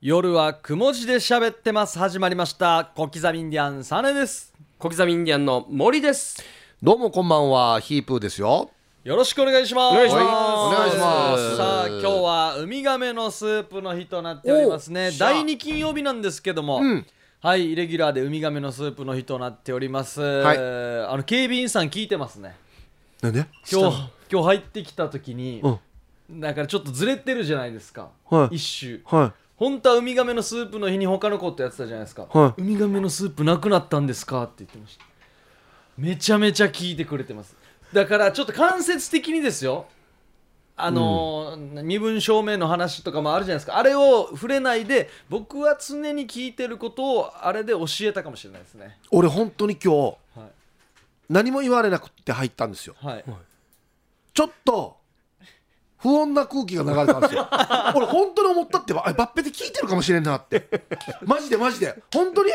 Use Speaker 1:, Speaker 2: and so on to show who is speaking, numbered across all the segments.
Speaker 1: 夜はくも字で喋ってます。始まりました。小刻みインディアン、サネです。
Speaker 2: 小刻みインディアンの森です。
Speaker 3: どうもこんばんは、ヒープーですよ。
Speaker 1: よろしくお願いします。
Speaker 2: お願いします
Speaker 3: お願いします
Speaker 1: さあ、今日はウミガメのスープの日となっておりますね
Speaker 3: お。しゃ
Speaker 1: 第2金曜日なんですけども、はい、イレギュラーでウミガメのスープの日となっております。
Speaker 3: い
Speaker 1: あの、警備員さん聞いてますね。
Speaker 3: なんで
Speaker 1: 今日、今日入ってきた時に、
Speaker 3: うん
Speaker 1: だからちょっとずれてるじゃないですか。
Speaker 3: はい
Speaker 1: 一周。
Speaker 3: は
Speaker 1: 本当はウミガメのスープの日に他のことやってたじゃないですか、
Speaker 3: は
Speaker 1: ウミガメのスープなくなったんですかって言ってましためちゃめちゃ聞いてくれてますだからちょっと間接的にですよあのー身分証明の話とかもあるじゃないですかあれを触れないで僕は常に聞いてることをあれで教えたかもしれないですね
Speaker 3: い。俺本当に今日
Speaker 1: はい、
Speaker 3: 何も言われなくて入ったんですよ。
Speaker 1: はい、
Speaker 3: ちょっと不穏な空気が流れたん ですよ。俺本当に思ったってば、あバッペで聞いてるかもしれんなって。マジでマジで本当に。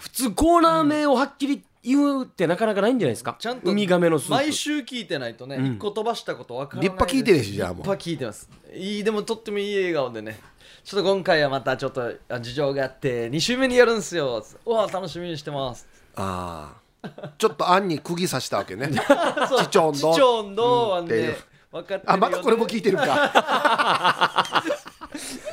Speaker 2: 普通コーナー名をはっきり言うってなかなかないんじゃないですか。
Speaker 1: ちゃんと
Speaker 2: ウミガメのスープ。
Speaker 1: 毎週聞いてないとね、一個飛ばしたことわからない
Speaker 3: 立派聞いてるしじゃあもう
Speaker 1: 立派聞いてますいいでもとってもいい笑顔でねちょっと今回はまたちょっとあ事情があって2週目にやるんですようわ楽しみにしてます
Speaker 3: ああ。ちょっと案に釘刺したわけ ね。チチョンドン
Speaker 1: チチョンドンはね、
Speaker 3: うんっていう
Speaker 1: 分かってるよね
Speaker 3: あ、またこれも聞いてるか。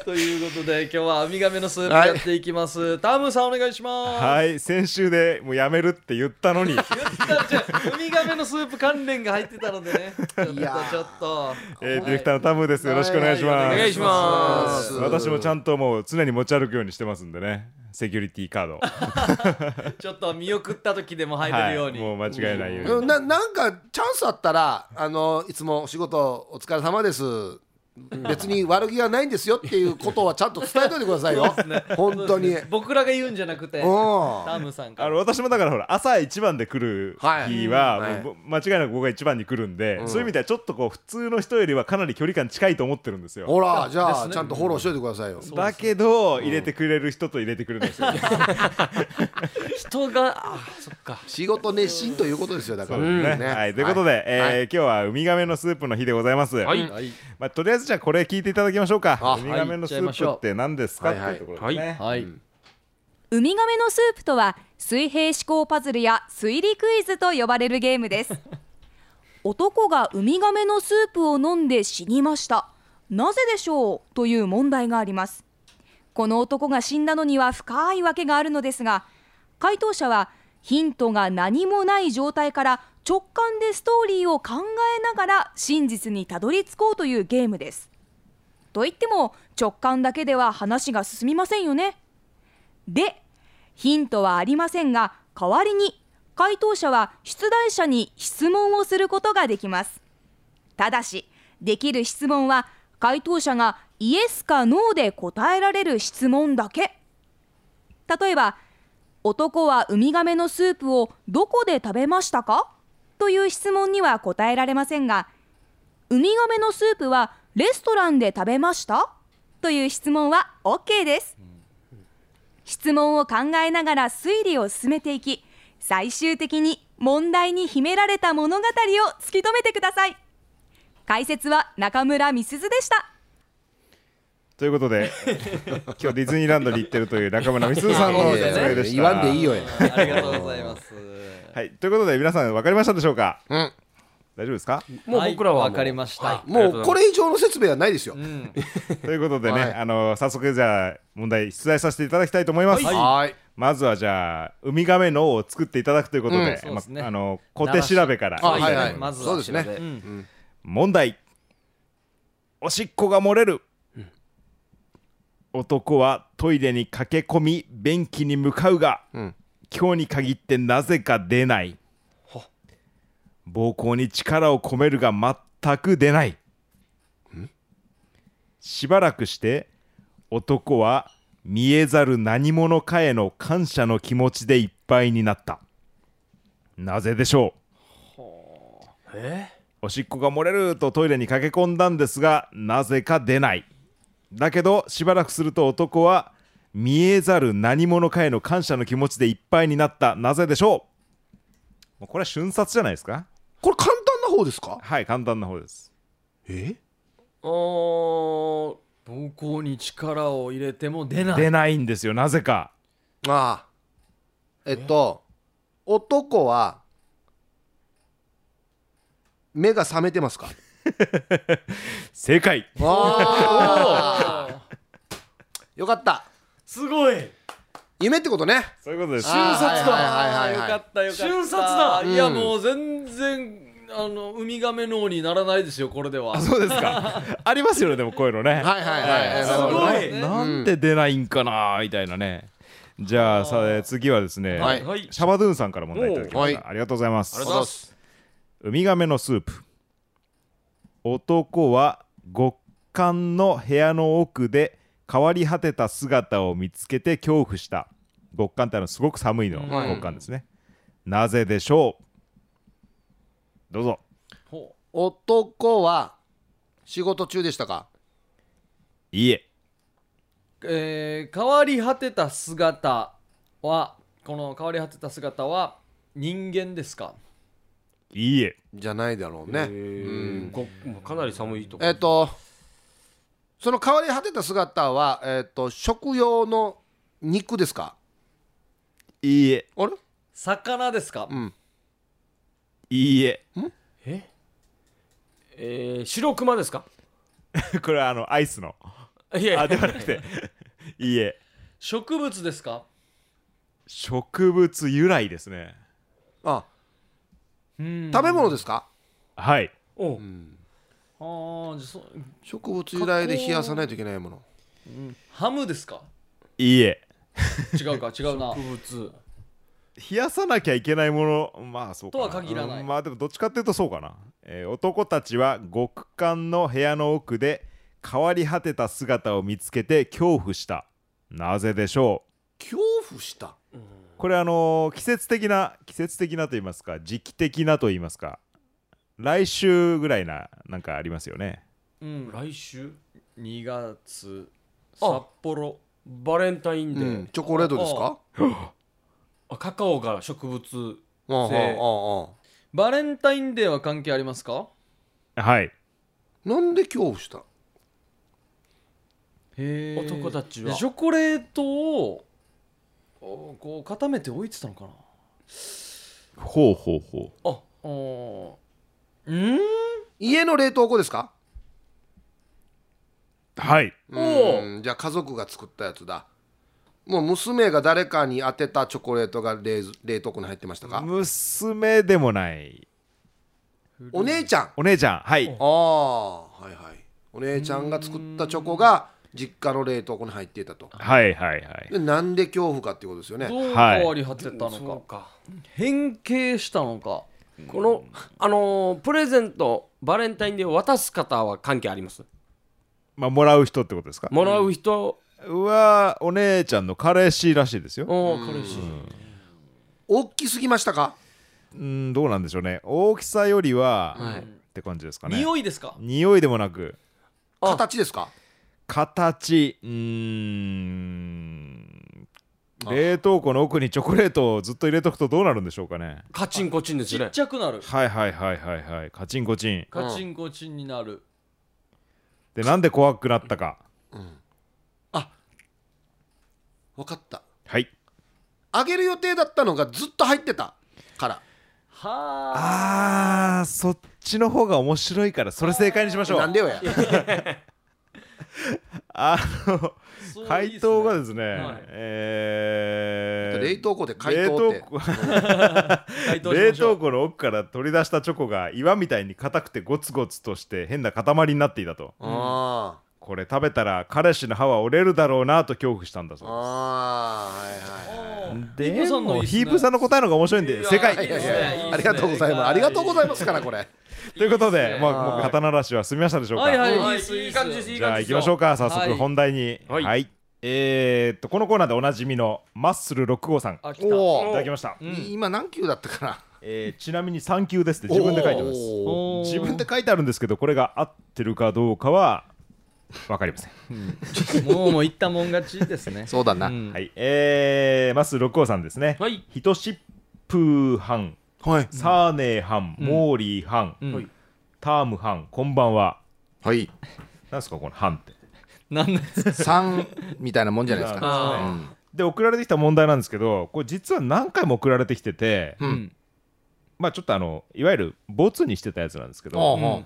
Speaker 1: ということで今日はウミガメのスープやっていきます、タムさんお願いします
Speaker 4: はい先週でもうやめるって言ったのに
Speaker 1: じゃあウミガメのスープ関連が入ってたのでねちょっと
Speaker 3: いやー
Speaker 1: ちょっと
Speaker 4: えーディレクターのタムですよろしくお願いします
Speaker 2: お願いします
Speaker 4: 私もちゃんともう常に持ち歩くようにしてますんでねセキュリティカードは
Speaker 1: ちょっと見送った時でも入れるよう
Speaker 4: い
Speaker 1: に、
Speaker 4: もう間違えないように、
Speaker 3: うんななんかチャンスあったらあのいつもお仕事お疲れ様です別に悪気がないんですよっていうことはちゃんと伝えといてくださ いよ本当にうん
Speaker 1: 僕らが言うんじゃなくてタ
Speaker 3: は
Speaker 1: ムさんから
Speaker 4: あの私もだからほら朝一番で来る
Speaker 3: はい
Speaker 4: 日は、
Speaker 3: はい
Speaker 4: もう間違いなく僕が一番に来るんで、そういう意味ではちょっとこう普通の人よりはかなり距離感近いと思ってるんですよ
Speaker 3: ほらじ
Speaker 1: で
Speaker 3: ゃ
Speaker 1: す
Speaker 3: あ
Speaker 1: ね
Speaker 3: ちゃんとフォローしといてくださいよ
Speaker 4: だけど、入れてくれる人と入れてくれない人
Speaker 2: 人が、あ、そっか。
Speaker 3: 仕事熱心ということですよだから
Speaker 4: ね
Speaker 3: ね
Speaker 4: はい、ということで、えー今日はウミガメのスープの日でございます、
Speaker 2: はい。
Speaker 1: はい
Speaker 4: まあ、とりあえずじゃあこれ聞いていただきましょうか
Speaker 3: あ
Speaker 4: ウミガメのス
Speaker 1: はい行っちゃいまし
Speaker 4: ー
Speaker 1: ょう
Speaker 4: プって何ですか、
Speaker 3: はいはい
Speaker 4: っていうところですね、
Speaker 1: はい、
Speaker 5: ウミガメのスープとは水平思考パズルや推理クイズと呼ばれるゲームです男がウミガメのスープを飲んで死にましたなぜでしょうという問題がありますこの男が死んだのには深い訳があるのですが回答者はヒントが何もない状態から直感でストーリーを考えながら真実にたどり着こうというゲームですといっても直感だけでは話が進みませんよねでヒントはありませんが代わりに回答者は出題者に質問をすることができますただしできる質問は回答者がイエスかノーで答えられる質問だけ例えば男はウミガメのスープをどこで食べましたかという質問には答えられませんがウミガメのスープはレストランで食べましたという質問は OK です質問を考えながら推理を進めていき最終的に問題に秘められた物語を突き止めてください解説は中村美鈴でした
Speaker 4: というこ とで今日ディズニーランドに行ってるという中村美鈴さんの
Speaker 3: いやい
Speaker 4: 説
Speaker 3: や
Speaker 4: 明
Speaker 3: いや
Speaker 4: でした
Speaker 3: 言わんでいいよや
Speaker 1: ありがとうございます
Speaker 4: はい、ということで皆さん分かりましたでしょうか
Speaker 3: うん
Speaker 4: 大丈夫ですか
Speaker 2: もう僕らはもう、
Speaker 1: いわかりました、
Speaker 2: はい
Speaker 3: もうこ。れ以上の説明はないですよ
Speaker 4: ということでね、
Speaker 3: はい
Speaker 4: あの早速じゃあ問題出題させていただきたいと思います、
Speaker 3: はい
Speaker 4: まずはじゃあウミガメの王を作っていただくということで,、
Speaker 1: うんそうですね
Speaker 4: まあの小手調べから
Speaker 3: あはい
Speaker 1: は
Speaker 3: はい
Speaker 1: ま
Speaker 3: い
Speaker 1: ずは
Speaker 3: そうですね
Speaker 4: 問題おしっこが漏れる、男はトイレに駆け込み便器に向かうが、
Speaker 3: ん
Speaker 4: 今日に限ってなぜか出ない膀胱に力を込めるが全く出ないしばらくして男は見えざる何者かへの感謝の気持ちでいっぱいになったなぜでしょうおしっこが漏れるとトイレに駆け込んだんですがなぜか出ないだけどしばらくすると男は見えざる何者かへの感謝の気持ちでいっぱいになったなぜでしょうもうこれは瞬殺じゃないですか
Speaker 3: これ簡単な方ですか
Speaker 4: はい簡単な方です
Speaker 3: え
Speaker 2: おー
Speaker 1: 膀胱に力を入れても出ない
Speaker 4: 出ないんですよなぜか
Speaker 3: ああえっと男は目が覚めてますか
Speaker 4: 正解
Speaker 3: ああ よかった
Speaker 1: すごい
Speaker 3: 夢ってことね
Speaker 4: そういうことです
Speaker 3: あー
Speaker 1: 瞬殺だ
Speaker 3: はいはいはいはい
Speaker 1: よかったよかった
Speaker 2: 瞬殺だ
Speaker 1: いや
Speaker 3: うん
Speaker 1: もう全然あのウミガメ脳にならないですよこれでは
Speaker 4: あそうですかありますよねでもこういうのね
Speaker 3: はいはいはい
Speaker 1: す
Speaker 3: は
Speaker 1: ごい
Speaker 4: はい
Speaker 1: ね
Speaker 4: なんで出ないんかなみたいなねじゃあさあ次はですね、
Speaker 3: はい
Speaker 1: はい
Speaker 4: シャバドゥンさんから問題いただきました、
Speaker 3: おう
Speaker 4: ありがとうございます
Speaker 3: ありがとうございます
Speaker 4: ウミガメのスープ男は極寒の部屋の奥で変わり果てた姿を見つけて恐怖した極寒ってあのすごく寒いの、
Speaker 3: はい
Speaker 4: 極寒ですねなぜでしょうどうぞ
Speaker 1: ほ
Speaker 3: 男は仕事中でしたか
Speaker 4: いいえ
Speaker 1: うえー変わり果てた姿はこの変わり果てた姿は人間ですか
Speaker 4: いいえ
Speaker 3: じゃないだろうね
Speaker 2: うんごもうかなり寒いとこ
Speaker 3: えっとその変わり果てた姿はえっと食用の肉ですか
Speaker 4: いいえ
Speaker 3: あれ
Speaker 1: 魚ですか
Speaker 3: うん
Speaker 4: いいえ
Speaker 2: えー、白熊ですか
Speaker 4: これはあのアイスの
Speaker 2: いや
Speaker 4: あ
Speaker 2: いや
Speaker 4: ではなくていいえ
Speaker 1: 植物ですか
Speaker 4: 植物由来ですね
Speaker 3: あ
Speaker 1: うん
Speaker 3: 食べ物ですか
Speaker 4: はい
Speaker 2: おう
Speaker 1: ああじゃあそ
Speaker 3: 植物由来で冷やさないといけないもの
Speaker 1: ハムですか
Speaker 4: いいえ
Speaker 1: 違 うか違うな
Speaker 2: 植物
Speaker 4: 冷やさなきゃいけないものまあそうかな
Speaker 1: とは限らない
Speaker 4: うんまあでもどっちかっていうとそうかな、えー男たちは極寒の部屋の奥で変わり果てた姿を見つけて恐怖したなぜでしょ
Speaker 3: 恐怖した
Speaker 4: うこれあのー季節的な季節的なと言いますか時期的なと言いますか来週ぐらいななんかありますよね
Speaker 1: うん
Speaker 2: 来週
Speaker 1: 2月
Speaker 2: あ
Speaker 1: 札幌
Speaker 2: バレンタイン
Speaker 3: う
Speaker 2: デー、
Speaker 3: んチョコレートですか
Speaker 2: あカカオが植物
Speaker 3: うんうんうん
Speaker 2: せ
Speaker 3: うん
Speaker 1: バレンタインデーは関係ありますか
Speaker 4: はい
Speaker 3: なんで恐怖した
Speaker 1: へー
Speaker 2: 男たちは
Speaker 1: でチョコレートをおこう固めて置いてたのかな
Speaker 4: ほうほうほう
Speaker 2: あ
Speaker 1: おーうん
Speaker 3: 家の冷凍庫ですか
Speaker 4: はい
Speaker 3: うんじゃあ家族が作ったやつだもう娘が誰かに当てたチョコレートが冷冷凍庫に入ってましたか
Speaker 4: 娘でもない
Speaker 3: お姉ちゃんあ
Speaker 4: お姉ちゃんはい
Speaker 3: あはいはいお姉ちゃんが作ったチョコが実家の冷凍庫に入っていたと
Speaker 4: はいはいはい
Speaker 3: でなんで恐怖かっていうことですよね
Speaker 1: どう
Speaker 4: はい
Speaker 1: 変わり果てたのか,、
Speaker 2: そうか
Speaker 1: 変形したのか
Speaker 2: この、あのープレゼントバレンタインデーを渡す方は関係あります
Speaker 4: まあもらう人ってことですか
Speaker 2: もらう人、
Speaker 4: はお姉ちゃんの彼氏らしいですよ
Speaker 2: おお彼氏、
Speaker 3: 大きすぎましたか
Speaker 4: うんどうなんでしょうね大きさよりは、
Speaker 2: はい
Speaker 4: って感じですかね
Speaker 1: 匂いですか
Speaker 4: 匂いでもなく
Speaker 2: あ
Speaker 3: 形ですか
Speaker 4: 形うーん冷凍庫の奥にチョコレートをずっと入れとくとどうなるんでしょうかね
Speaker 2: カチンコチンです
Speaker 1: ち
Speaker 2: よね
Speaker 1: っちゃくなる
Speaker 4: はいはいはいはいはいカチンコチン
Speaker 1: カチンコチンになる、
Speaker 4: でなんで怖くなったか
Speaker 3: 分かった
Speaker 4: はい
Speaker 3: あげる予定だったのがずっと入ってたから
Speaker 1: はあ
Speaker 4: あーそっちの方が面白いからそれ正解にしましょ
Speaker 3: なん
Speaker 4: う
Speaker 3: でよや
Speaker 4: あの
Speaker 1: そういいっすね
Speaker 4: 回答がですね
Speaker 1: はい
Speaker 4: えー
Speaker 3: 冷凍庫で解凍って
Speaker 4: 冷庫
Speaker 1: 解凍し
Speaker 4: 冷
Speaker 1: ましょ
Speaker 4: 凍
Speaker 1: う
Speaker 4: 庫の奥から取り出したチョコが岩みたいに硬くてゴツゴツとして変な塊になっていたと
Speaker 3: あ
Speaker 4: これ食べたら彼氏の歯は折れるだろうなと恐怖したんだ
Speaker 3: あ
Speaker 4: そう
Speaker 3: ああはいはいはい
Speaker 4: で
Speaker 1: ヒープ
Speaker 4: す
Speaker 1: さんのいいっすね
Speaker 4: ヒープさんの答えの方が面白いんで正
Speaker 1: いや
Speaker 4: 解
Speaker 3: いやい
Speaker 1: いいです
Speaker 3: や
Speaker 1: ね
Speaker 3: ありがとうございますありがとうございますからこれ
Speaker 4: ということ
Speaker 1: いいっ
Speaker 4: です
Speaker 1: ね
Speaker 4: まあもう刀らしは済みましたでしょうか
Speaker 1: はいはい
Speaker 2: はい
Speaker 1: いいっす
Speaker 2: いい感じですいい
Speaker 4: じゃあ
Speaker 2: 感じ
Speaker 4: 行
Speaker 2: です
Speaker 4: きましょうか早
Speaker 1: は
Speaker 4: 速
Speaker 1: い
Speaker 4: 本題に
Speaker 2: はい
Speaker 4: はいえーっとこのコーナーでおなじみのマッスル6号さんい
Speaker 1: あ来た
Speaker 3: お
Speaker 4: た
Speaker 3: お
Speaker 4: だきました
Speaker 3: 今何球だったかな
Speaker 4: えーちなみに3級ですって自分で書いてます
Speaker 1: おー
Speaker 4: 自分で書いてあるんですけどこれが合ってるかどうかは分かりません
Speaker 1: もうもういったもん勝ちですね
Speaker 3: そうだな
Speaker 1: うん
Speaker 4: はい、えー、マス六王さんですね。
Speaker 2: はい
Speaker 4: ヒトシップーハン、
Speaker 3: はい
Speaker 4: サーネーハン、モーリーハン、
Speaker 1: うん
Speaker 4: タームハン、こんばんは。
Speaker 3: はい
Speaker 4: なんですかこのハンって。
Speaker 1: なんなんですか
Speaker 3: 3みたいなもんじゃないですか、
Speaker 2: あ
Speaker 4: で送られてきた問題なんですけどこれ実は何回も送られてきてて、
Speaker 1: うん
Speaker 4: まあちょっとあのいわゆるボツにしてたやつなんですけ
Speaker 3: うんほう
Speaker 4: ど
Speaker 3: ほう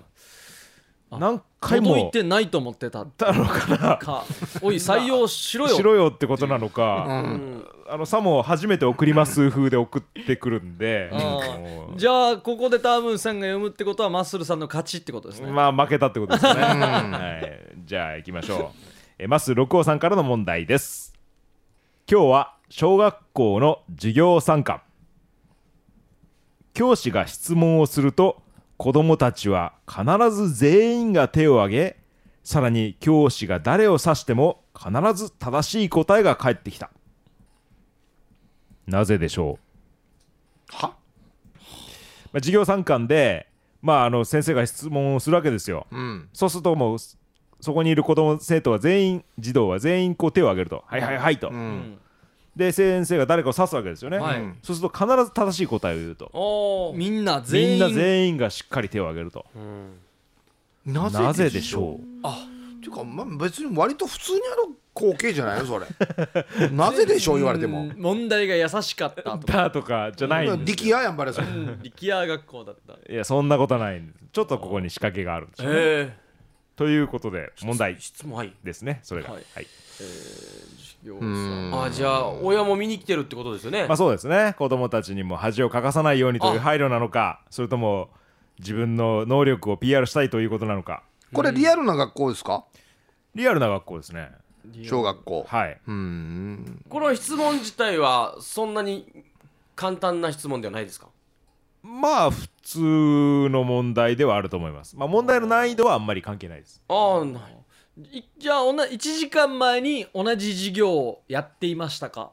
Speaker 4: 何回
Speaker 1: 届い
Speaker 4: も
Speaker 1: てないと思ってた
Speaker 4: たのかな
Speaker 1: かおい採用しろよ
Speaker 4: しろよってことなのか、
Speaker 2: ーう
Speaker 3: うん
Speaker 2: ん
Speaker 4: あのさも初めて送ります風で送ってくるんで、
Speaker 1: あ
Speaker 4: もう
Speaker 1: じゃあここでタームンさんが読むってことはマッスルさんの勝ちってことですね、
Speaker 4: まあ負けたってことですね、はい、じゃあ行きましょうえまず六王さんからの問題です今日は小学校の授業参観教師が質問をすると子どもたちは必ず全員が手を挙げさらに教師が誰を指しても必ず正しい答えが返ってきたなぜでしょう
Speaker 3: は
Speaker 4: まあ、授業参観で、まあ、あの先生が質問をするわけですよ。
Speaker 3: うん
Speaker 4: そうするともうそそこにいる子供生徒は全員児童は全員こう手を挙げると「はいはいはいと」
Speaker 3: うん
Speaker 4: で先生が誰かを指すわけですよね、
Speaker 1: はい
Speaker 4: そうすると必ず正しい答えを言うと
Speaker 1: おーみんな全
Speaker 4: みん
Speaker 1: 員
Speaker 4: な全員がしっかり手を挙げると
Speaker 3: な
Speaker 4: なぜでしょう
Speaker 3: あていうか、まあ、別に割と普通にある光景じゃないのそれなぜでしょう言われても
Speaker 1: うん問題が優しかったとか
Speaker 4: だとかじゃないんです
Speaker 3: 力也やんばれそれ
Speaker 1: 力也学校だった
Speaker 4: いやそんなことはないんですちょっとここに仕掛けがあるんですよね
Speaker 2: え
Speaker 4: ということで問題
Speaker 2: 質問はい
Speaker 4: ですねそれが
Speaker 1: は
Speaker 4: はいい、
Speaker 1: 授業参
Speaker 2: あじゃあ親も見に来てるってことですよね
Speaker 4: まあそうですね子供たちにも恥をかかさないようにという
Speaker 2: あ
Speaker 4: 配慮なのかそれとも自分の能力を PR したいということなのか
Speaker 3: これリアルな学校ですか
Speaker 4: リアルな学校ですね
Speaker 3: 小学校
Speaker 4: はい、
Speaker 3: うん
Speaker 2: この質問自体はそんなに簡単な質問ではないですか
Speaker 4: まあ普通の問題ではあると思いますまあ問題の難易度はあんまり関係ないです
Speaker 2: ああない
Speaker 1: いじゃあおな1時間前に同じ授業をやっていましたか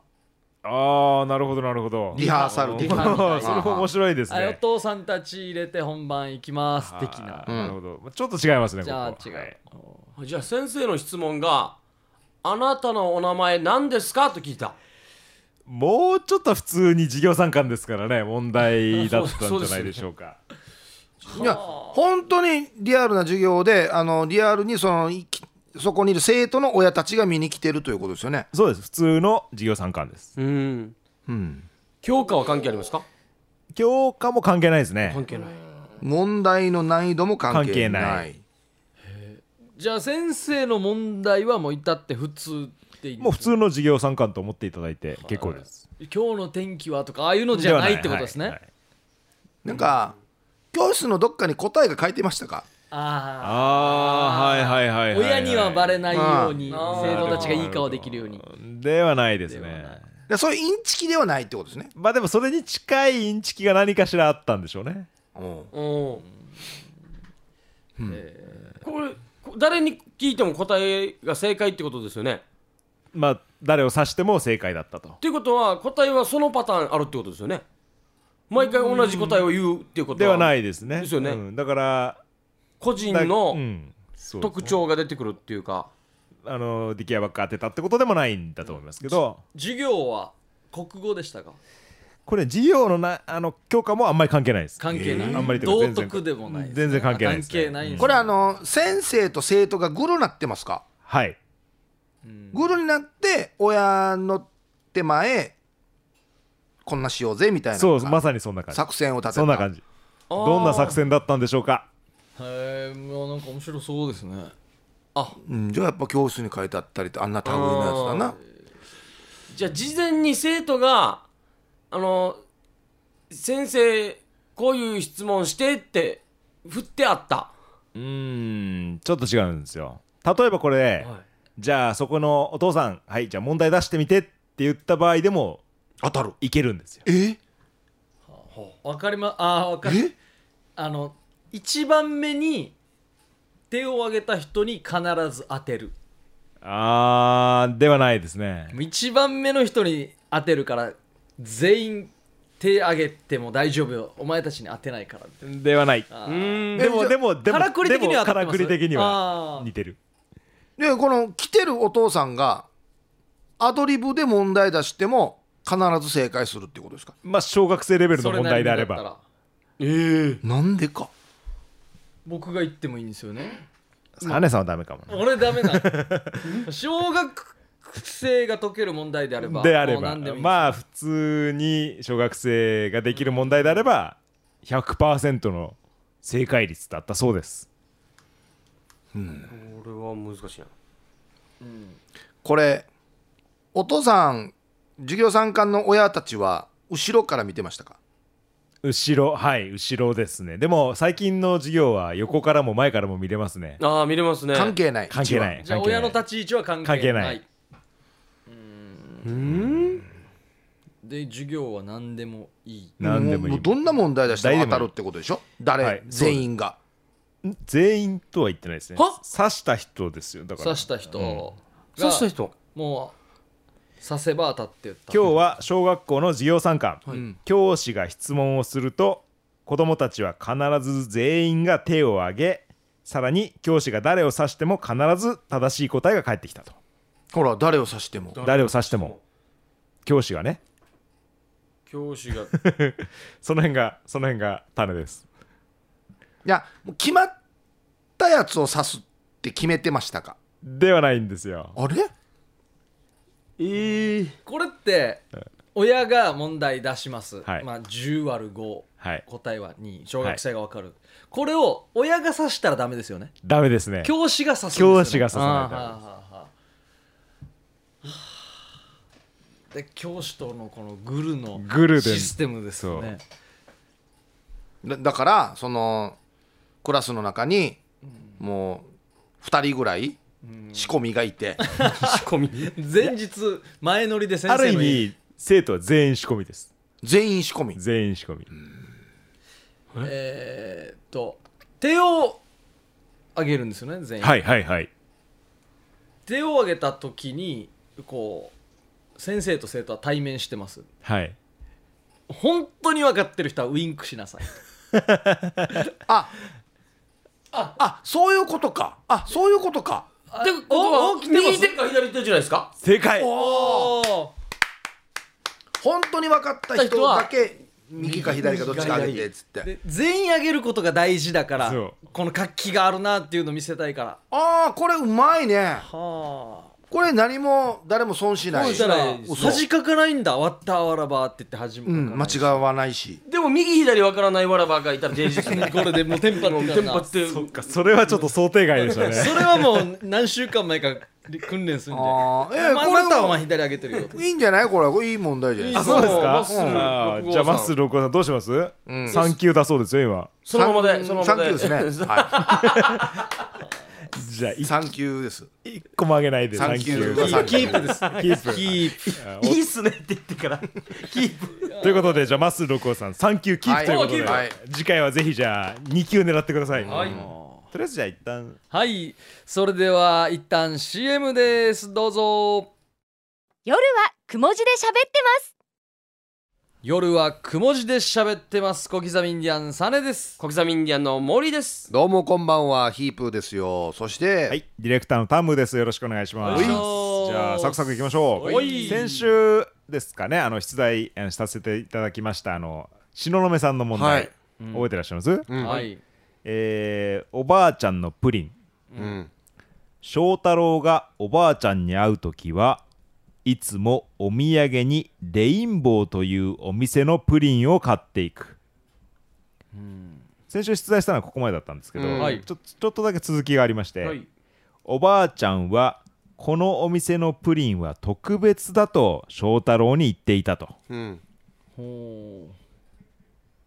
Speaker 4: ああなるほどなるほど
Speaker 3: リハーサル
Speaker 1: リ
Speaker 3: 的
Speaker 1: ハーサルハ
Speaker 3: な
Speaker 4: それも面白いです
Speaker 1: あお
Speaker 4: ね
Speaker 1: 父さんたち入れて本番行きます的な
Speaker 4: あーなるほどまあちょっと違いますね
Speaker 1: じゃあ
Speaker 4: ここ
Speaker 1: 違う、
Speaker 4: はい
Speaker 2: じゃあ先生の質問が「あなたのお名前何ですか?」と聞いた
Speaker 4: もうちょっと普通に授業参観ですからね問題だったんじゃないでしょうか
Speaker 3: いや本当にリアルな授業であのリアルにそのいきそこにいる生徒の親たちが見に来てるということですよね
Speaker 4: そうです普通の授業参観です
Speaker 2: うん
Speaker 3: うん
Speaker 2: 教科は関係ありますか
Speaker 4: 教科も関係ないですね
Speaker 2: 関係ない
Speaker 3: 問題の難易度も関係ない
Speaker 4: 関係ない
Speaker 1: じゃあ先生の問題はもう至って普通でいいんですね
Speaker 4: もう普通の授業参観と思っていただいて結構です。
Speaker 1: 今日の天気はとかああいうのじゃないってことですね、
Speaker 4: はははい
Speaker 3: なんか教室のどっかに答えが書いてましたか
Speaker 1: あ
Speaker 4: あーはいはいは
Speaker 1: あ
Speaker 4: いはい、
Speaker 1: 親にはバレないように
Speaker 2: あー
Speaker 1: 生徒たちがいい顔できるように
Speaker 4: ではないです
Speaker 1: では
Speaker 4: ね
Speaker 1: ない。
Speaker 3: でそういうインチキではないってことですね
Speaker 4: まあでもそれに近いインチキが何かしらあったんでしょうね。
Speaker 2: うんこれこ誰に聞いても答えが正解ってことですよね
Speaker 4: まあ誰を指しても正解だったと
Speaker 2: っ。ていうことは答えはそのパターンあるってことですよね毎回同じ答えを言うっていうこと
Speaker 4: ではないいですね。
Speaker 2: ですよね
Speaker 4: うんだから
Speaker 2: 個人
Speaker 4: だ
Speaker 2: の
Speaker 4: うんそうですね
Speaker 2: 特徴が出てくるっていうか
Speaker 4: あの出来合いばっか当てたってことでもないんだと思いますけど、
Speaker 1: 授業は国語でしたか
Speaker 4: これ授業のなあの教科もあんまり関係ないです。
Speaker 1: 関係ない、
Speaker 4: あんまりというか
Speaker 1: 道
Speaker 4: 全然
Speaker 1: 徳でもない
Speaker 4: 全然関係ないですね
Speaker 1: 関係ないんですね
Speaker 3: これあの先生と生徒がグルなってますか
Speaker 4: はい。
Speaker 3: グルになって親の手前こんなしようぜみたいな
Speaker 4: そうまさにそんな感じ。
Speaker 3: 作戦を立てた
Speaker 4: そんな感じ。
Speaker 2: あー
Speaker 4: どんな作戦だったんでしょうか。
Speaker 1: へえもうなんか面白そうですね
Speaker 3: うん、じゃあやっぱ教室に書いてあったりってあんな類のやつだな
Speaker 2: じゃあ事前に生徒があの先生こういう質問してって振ってあった、
Speaker 4: うーんちょっと違うんですよ例えばこれ、じゃあそこのお父さんはいじゃあ問題出してみてって言った場合でも
Speaker 3: 当たる
Speaker 4: いけるんですよ
Speaker 3: え
Speaker 1: わかりまあーわかる
Speaker 3: え
Speaker 1: あの一番目に手を挙げた人に必ず当てる
Speaker 4: あーではないですね
Speaker 1: 一番目の人に当てるから全員手挙げても大丈夫よお前たちに当てないからみたい
Speaker 4: ではない
Speaker 1: な
Speaker 2: うん
Speaker 4: でも
Speaker 3: えじ
Speaker 4: で
Speaker 3: ゃ
Speaker 4: もでも
Speaker 1: からくり的には
Speaker 4: でもからくり的に
Speaker 1: あ
Speaker 4: は
Speaker 1: ー
Speaker 4: 似てる
Speaker 3: でこの来てるお父さんがアドリブで問題出しても必ず正解するってことですか
Speaker 4: まあ小学生レベル
Speaker 1: そ
Speaker 4: の
Speaker 1: れ
Speaker 4: 問
Speaker 1: なり
Speaker 4: 題
Speaker 1: に
Speaker 4: で
Speaker 1: だ
Speaker 4: あれ
Speaker 1: った
Speaker 4: ば
Speaker 1: ら
Speaker 2: ええ
Speaker 3: なんでか
Speaker 1: 僕が言ってもいいんですよね
Speaker 4: サネさんはダメかもね
Speaker 1: 俺ダメなの小学生が解ける問題であれば
Speaker 4: であれ
Speaker 1: もう
Speaker 4: ば
Speaker 1: 何でもいい
Speaker 4: まあ普通に小学生ができる問題であれば100%の正解率だったそうです
Speaker 2: これは難しいな
Speaker 3: これお父さん授業参観の親たちは後ろから見てましたか
Speaker 4: 後ろはい後ろですねでも最近の授業は横からも前からも見れますね
Speaker 2: ああ見れますね
Speaker 3: 関係ない
Speaker 4: 関係ないい
Speaker 1: じゃあ
Speaker 4: 関係
Speaker 1: 親
Speaker 4: ない
Speaker 1: の立ち位置は関
Speaker 4: 関
Speaker 1: 係
Speaker 4: 係
Speaker 1: ない
Speaker 4: ない
Speaker 1: で授業は何でもいい
Speaker 4: 何でもい
Speaker 3: も
Speaker 4: いう
Speaker 3: どんな問題出しても
Speaker 4: 誰
Speaker 3: 当
Speaker 4: でも
Speaker 3: たるってことでしょ誰、
Speaker 4: はい
Speaker 3: 全員が
Speaker 4: 全員とは言ってないですね
Speaker 2: は
Speaker 4: 刺した人ですよだから
Speaker 1: 刺した人が
Speaker 2: 刺した人
Speaker 1: もう刺せば当たってた
Speaker 4: 今日は小学校の授業参観、教師が質問をすると子どもたちは必ず全員が手を挙げさらに教師が誰を指しても必ず正しい答えが返ってきたと
Speaker 3: ほら誰を指しても
Speaker 4: 誰を指しても教師がね
Speaker 2: 教師が
Speaker 4: その辺がその辺が種です
Speaker 3: いやもう決まったやつを指すって決めてましたか
Speaker 4: ではないんですよ
Speaker 3: あれ
Speaker 2: ええ
Speaker 1: これって親が問題出します、
Speaker 4: はい
Speaker 1: まあ、10割る5、
Speaker 4: はい
Speaker 1: 答えは2小学生が分かる、これを親が刺したらダメですよね
Speaker 4: ダメですね
Speaker 1: 教師が刺すんですよ、ね、
Speaker 4: 教師が刺さないとダメで
Speaker 1: あーはー
Speaker 4: す
Speaker 1: はーはーで教師とのこのグルの
Speaker 4: グルで
Speaker 1: システムですよね
Speaker 3: だだからそのクラスの中にもう2人ぐらい仕込みがいて、
Speaker 2: 仕込 み
Speaker 1: 前日前乗りで先
Speaker 4: ある
Speaker 1: 生
Speaker 4: 意
Speaker 1: の家
Speaker 4: 味生徒は全員仕込みです
Speaker 3: 全員仕込み
Speaker 4: 全員仕込み
Speaker 1: えーっと手を上げるんですよね全員、
Speaker 4: はいはいはい
Speaker 1: 手を上げた時にこう先生と生徒は対面してます
Speaker 4: はい
Speaker 1: 本当に分かってる人はウインクしなさい
Speaker 3: あああそういうことかあそういうことか
Speaker 2: ってことは
Speaker 1: お起きてます
Speaker 2: 右手か左手じゃないですか
Speaker 4: 正解
Speaker 1: おー
Speaker 3: 本当に分かった人だけ右か左かどっちか上げてっつって
Speaker 1: で全員上げることが大事だから
Speaker 4: そう
Speaker 1: この活気があるなっていうのを見せたいから
Speaker 3: ああこれうまいね
Speaker 1: は
Speaker 3: これ何も誰も損し
Speaker 1: あ
Speaker 3: な
Speaker 1: そ
Speaker 3: い
Speaker 1: したら
Speaker 3: 嘘
Speaker 1: 恥かかないんだ「わったわらば」って言って恥も
Speaker 3: う
Speaker 1: か
Speaker 3: ん
Speaker 1: か
Speaker 3: 間
Speaker 1: ない
Speaker 3: 違わないし
Speaker 2: でも右左わからないわらばがいたらデイジです ね
Speaker 1: これでもうテンパってるか
Speaker 2: テン
Speaker 1: ら
Speaker 2: パ
Speaker 1: な
Speaker 2: って
Speaker 4: そっかそれはちょっと想定外でしたね
Speaker 1: それはもう何週間前から訓練するんじゃない
Speaker 3: ああ
Speaker 1: お
Speaker 3: ええ
Speaker 1: 前
Speaker 3: こ
Speaker 1: あなたはお前
Speaker 3: れ
Speaker 1: 左上げてる よ
Speaker 3: いいんじゃないこれこれいい問題じゃない
Speaker 4: あそうです
Speaker 2: マ
Speaker 4: か
Speaker 2: ッスル
Speaker 4: あ
Speaker 2: 六
Speaker 4: ー
Speaker 2: 号
Speaker 4: じゃあ
Speaker 2: さん
Speaker 4: マッスル6号さんどうします、三級だそうですよ今
Speaker 2: そのままで
Speaker 3: 三
Speaker 2: そのままで
Speaker 3: 三 級ですねは
Speaker 4: じゃあ
Speaker 3: い三級です
Speaker 4: 1個も上げないで
Speaker 3: 三
Speaker 4: 三
Speaker 3: 級
Speaker 4: 級
Speaker 3: は三
Speaker 1: キープです
Speaker 4: キープ
Speaker 1: キー
Speaker 2: いいっすねって言ってからキープ
Speaker 4: ということでじゃあマッスル6号さん三級キープということで、
Speaker 3: はいはい
Speaker 4: 次回はぜひじゃあ2級狙ってください、
Speaker 2: はい
Speaker 4: うんとりあえずじゃあ一旦
Speaker 1: はいそれでは一旦 CM ですどうぞ
Speaker 5: 夜はくも字で喋ってます
Speaker 1: 夜はくも字で喋ってます小刻みインディアンサネです
Speaker 2: 小刻みインディアンの森です
Speaker 3: どうもこんばんはヒープーですよそして、
Speaker 4: はいディレクターのタムですよろしくお願いします
Speaker 1: お願いします
Speaker 4: じゃあサクサクいきましょ
Speaker 1: お
Speaker 4: う
Speaker 1: い
Speaker 4: 先週ですかねあの出題あのさせていただきましたあの東雲さんの問題、
Speaker 3: はい
Speaker 4: 覚えてらっしゃいます、
Speaker 3: うん
Speaker 1: はい
Speaker 4: えーおばあちゃんのプリン
Speaker 3: うん
Speaker 4: 翔太郎がおばあちゃんに会う時はいつもお土産にレインボーというお店のプリンを買っていく、先週出題したのはここまでだったんですけど、
Speaker 3: うん
Speaker 1: はい
Speaker 4: ちょちょっとだけ続きがありまして、
Speaker 2: はい
Speaker 4: おばあちゃんはこのお店のプリンは特別だと翔太郎に言っていたと
Speaker 3: うん
Speaker 1: ほ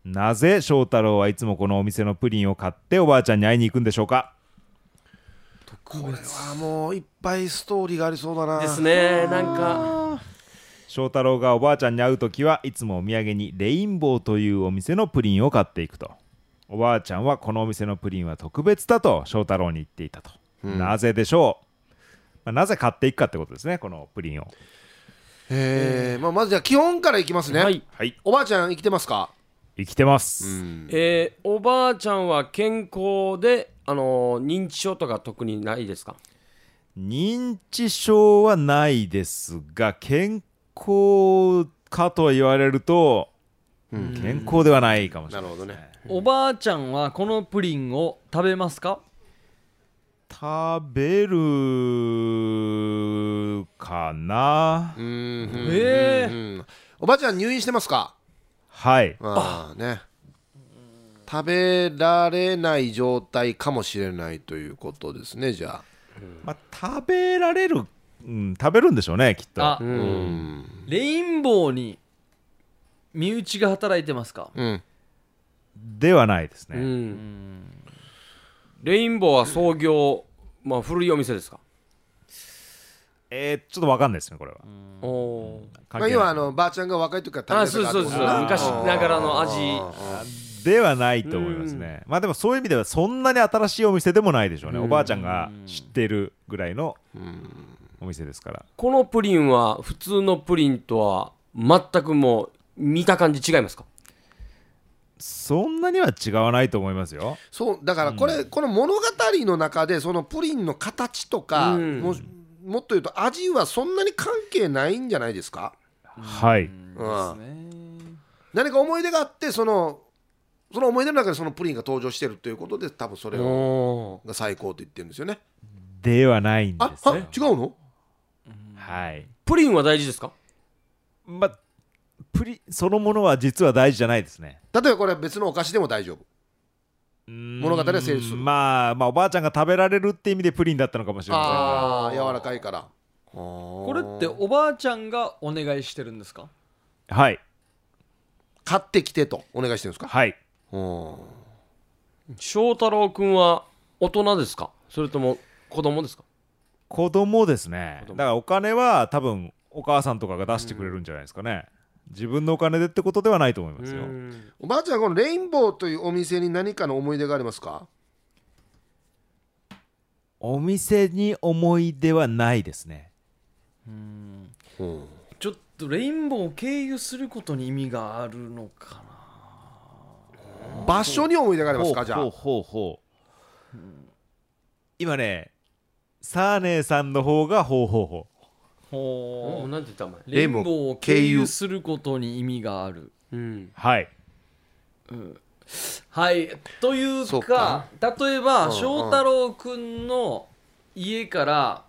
Speaker 4: なぜ翔太郎はいつもこのお店のプリンを買っておばあちゃんに会いに行くんでしょうか
Speaker 3: これはもういっぱいストーリーがありそうだな
Speaker 2: ですねなんか
Speaker 4: 翔太郎がおばあちゃんに会う時はいつもお土産にレインボーというお店のプリンを買っていくとおばあちゃんはこのお店のプリンは特別だと翔太郎に言っていたと、なぜでしょう、まあなぜ買っていくかってことですねこのプリンを
Speaker 3: えーまあ、まずじゃあ基本からいきますね、
Speaker 2: はい
Speaker 4: はい
Speaker 3: おばあちゃん生きてますか
Speaker 4: 生きてます、
Speaker 2: えーおばあちゃんは健康であのー認知症とか特にないですか
Speaker 4: 認知症はないですが健康かと言われると、健康ではないかもしれない
Speaker 3: ほどね
Speaker 1: うおばあちゃんはこのプリンを食べますか
Speaker 4: 食べるかな
Speaker 3: うんうん
Speaker 1: え
Speaker 3: う
Speaker 1: ー、
Speaker 3: んおばあちゃん入院してますか
Speaker 4: はい
Speaker 3: ああね食べられない状態かもしれないということですねじゃあ
Speaker 4: まあ、食べられる、うん、食べるんでしょうねきっと
Speaker 1: あ
Speaker 3: う、ん
Speaker 1: レインボーに身内が働いてますか
Speaker 3: うん
Speaker 4: ではないです
Speaker 2: う
Speaker 4: ね、
Speaker 2: んレインボーは創業、まあ、古いお店ですか、
Speaker 4: えーちょっとわかんないですねこれは
Speaker 2: おお
Speaker 4: 関
Speaker 3: まあ、
Speaker 4: 係
Speaker 3: 要は
Speaker 4: な
Speaker 3: あ
Speaker 4: い
Speaker 3: のばあちゃんが若い時から
Speaker 2: あ
Speaker 3: 食
Speaker 2: そう
Speaker 3: べ
Speaker 2: そ
Speaker 3: てた
Speaker 2: うそう
Speaker 3: から
Speaker 2: 昔ながらの味
Speaker 4: ではないと思いますねまあでもそういう意味ではそんなに新しいお店でもないでしょうねおばあちゃんが知ってるぐらいのお店ですから
Speaker 2: このプリンは普通のプリンとは全くもう見た感じ違いますか
Speaker 4: そんなには違わないと思いますよ
Speaker 3: そうだからこれ、この物語の中でそのプリンの形とか、
Speaker 2: うん
Speaker 3: もしもっと言うと味はそんなに関係ないんじゃないですか、
Speaker 4: はい
Speaker 3: うん
Speaker 1: ね
Speaker 3: 何か思い出があってそのその思い出の中でそのプリンが登場してるということで多分それを
Speaker 2: お
Speaker 3: が最高と言ってるんですよね
Speaker 4: ではないんで
Speaker 3: あ
Speaker 4: す
Speaker 3: は
Speaker 4: ね
Speaker 3: 違うの
Speaker 4: はい
Speaker 2: プリンは大事ですか
Speaker 4: まあプリそのものは実は大事じゃないですね
Speaker 3: 例えばこれは別のお菓子でも大丈夫
Speaker 4: 物
Speaker 3: 物語は成立する
Speaker 4: まあまあおばあちゃんが食べられるって意味でプリンだったのかもしれませんが
Speaker 3: ああ柔らかいから
Speaker 1: こ
Speaker 3: こ
Speaker 1: れっておばあちゃんがお願いしてるんですか
Speaker 4: はい
Speaker 3: 買ってきてとお願いしてるんですか
Speaker 4: はい
Speaker 3: うん
Speaker 2: 翔太郎君は大人ですかそれとも子供ですか
Speaker 4: 子供ですね
Speaker 2: 子供
Speaker 4: だからお金は多分お母さんとかが出してくれるんじゃないですかね、自分のお金でってことではないと思いますよ
Speaker 3: おばあちゃんこのレインボーというお店に何かの思い出がありますか
Speaker 4: お店に思い出はないですね
Speaker 3: うん
Speaker 1: ちょっとレインボーを経由することに意味があるのか
Speaker 3: 場所に思い出があります
Speaker 4: ほう
Speaker 3: かじゃ
Speaker 4: ほう
Speaker 3: あ
Speaker 4: ほうほう今ねサーネーさんの方がほうほうほう
Speaker 1: なほ
Speaker 2: お
Speaker 1: う
Speaker 2: なんて言ったお前
Speaker 1: レインボーを経由することに意味がある
Speaker 2: うん
Speaker 4: はい
Speaker 1: はいという
Speaker 3: そう
Speaker 1: か
Speaker 3: か
Speaker 1: 例え
Speaker 3: う
Speaker 1: ば
Speaker 3: んうん
Speaker 1: 翔太郎くんの家から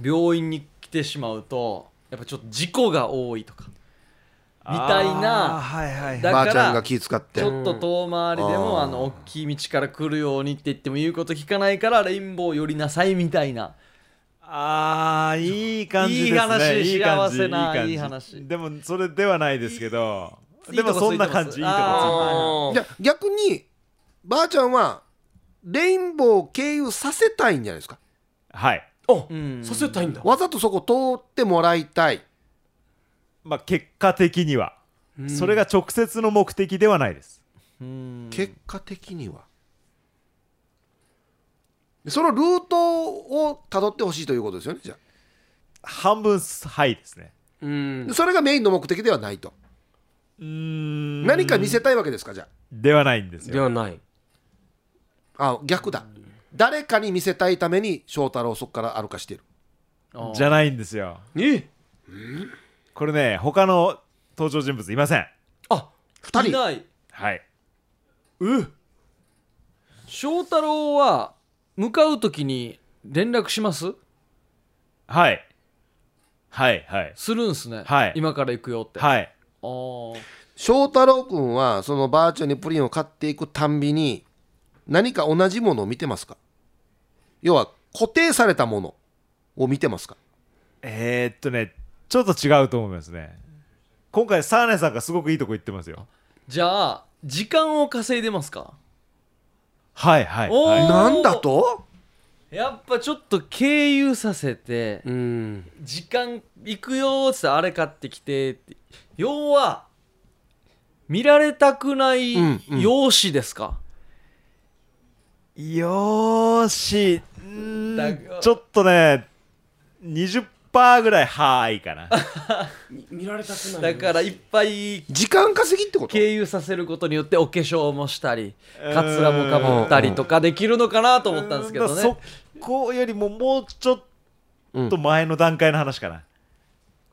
Speaker 1: 病院に来てしまうとやっぱちょっと事故が多いとかみたいな
Speaker 4: あーはいはい
Speaker 1: だ
Speaker 3: ば
Speaker 1: か
Speaker 3: あちゃん
Speaker 1: ら
Speaker 3: が気使っ
Speaker 1: ち
Speaker 3: て
Speaker 1: ょっと遠回りでも、
Speaker 3: うん
Speaker 1: あの大きい道から来るようにって言っても言うこと聞かないからレインボー寄りなさいみたいな
Speaker 4: あーいい感じですね
Speaker 1: いい話
Speaker 4: いい感
Speaker 1: 幸
Speaker 4: じ
Speaker 1: せない
Speaker 4: 感じ
Speaker 1: いい話
Speaker 4: でもそれではないですけど
Speaker 1: いい
Speaker 4: でもそんな感じい
Speaker 1: い
Speaker 4: い
Speaker 1: い
Speaker 4: と
Speaker 1: と
Speaker 4: こ
Speaker 1: こついてます
Speaker 4: ついて
Speaker 1: あ
Speaker 2: あ
Speaker 3: じ
Speaker 4: る
Speaker 3: ゃあ逆にばあちゃんはレインボーを経由させたいんじゃないですか
Speaker 4: はい
Speaker 2: あ
Speaker 1: うん
Speaker 2: させたいんだ
Speaker 3: わざとそこ通ってもらいたい
Speaker 4: まあ、結果的には、それが直接の目的ではないです
Speaker 1: うん
Speaker 3: 結果的にはそのルートをたどってほしいということですよねじゃ
Speaker 4: 半分はいですね
Speaker 2: うん
Speaker 3: あそれがメインの目的ではないと
Speaker 4: うーん
Speaker 3: 何か見せたいわけですかじゃ
Speaker 4: ではないんです
Speaker 2: で
Speaker 4: よ
Speaker 2: はない
Speaker 3: ああ逆だ誰かに見せたいために翔太郎をそこから歩かしている
Speaker 4: じゃないんですよ
Speaker 2: え
Speaker 4: これね他の登場人物いません
Speaker 1: あ
Speaker 3: 二人
Speaker 1: いない
Speaker 4: はい
Speaker 1: 翔太郎は向かう時に連絡します
Speaker 4: はいはいはい
Speaker 1: するんすね、
Speaker 4: はい
Speaker 1: 今から行くよって、あ
Speaker 4: はい
Speaker 1: あー
Speaker 3: 翔太郎君はそのばあちゃんにプリンを買っていくたんびに何か同じものを見てますか要は固定されたものを見てますか
Speaker 4: えー、っとねちょっと違うと思いますね今回サーネさんがすごくいいとこ行ってますよ
Speaker 1: じゃあ時間を稼いでますか
Speaker 4: はいはい
Speaker 1: おー
Speaker 4: はい
Speaker 3: なんだと
Speaker 1: やっぱちょっと経由させて
Speaker 2: うん
Speaker 1: 時間行くよーっつってあれ買ってきてって要は見られたくない
Speaker 3: うんうん
Speaker 1: 容姿ですか、
Speaker 4: よーしうー
Speaker 1: だ
Speaker 4: んちょっとね20%ぐらいはーい かな
Speaker 2: 見られたくない
Speaker 1: だからいっぱい
Speaker 3: 時間稼ぎってこと
Speaker 1: 経由させることによってお化粧もしたりカツラもかぶったりとかできるのかなと思ったんですけど
Speaker 4: うーん
Speaker 1: ね
Speaker 4: だからそこよりももうちょっ
Speaker 3: うん
Speaker 4: と前の段階の話かな、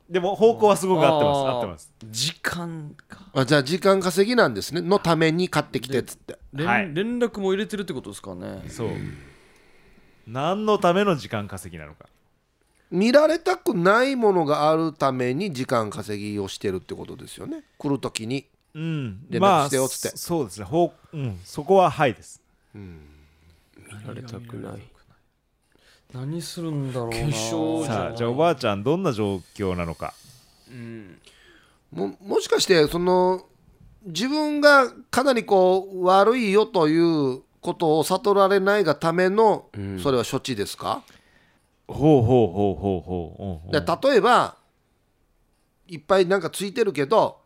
Speaker 4: でも方向はすごく合ってます
Speaker 1: あー
Speaker 4: 合ってます
Speaker 1: 時間か
Speaker 3: あじゃあ時間稼ぎなんですねのために買ってきてっつって
Speaker 1: 連,、
Speaker 4: はい
Speaker 1: 連絡も入れてるってことですかね
Speaker 4: そう何のための時間稼ぎなのか
Speaker 3: 見られたくないものがあるために時間稼ぎをしてるってことですよね来る時に
Speaker 4: うん
Speaker 3: 連絡してよっつって
Speaker 4: そそうですねほう、うん、そこははいです
Speaker 2: 見られたくない
Speaker 1: 何するんだろうな
Speaker 2: 化粧じゃ
Speaker 4: さ
Speaker 2: な
Speaker 4: あ
Speaker 2: い
Speaker 4: じゃあおばあちゃんどんな状況なのか
Speaker 3: ももしかしてその自分がかなりこう悪いよということを悟られないがための、それは処置ですか、
Speaker 4: ほうほうほうほうほううん
Speaker 3: で例えばいっぱいなんかついてるけど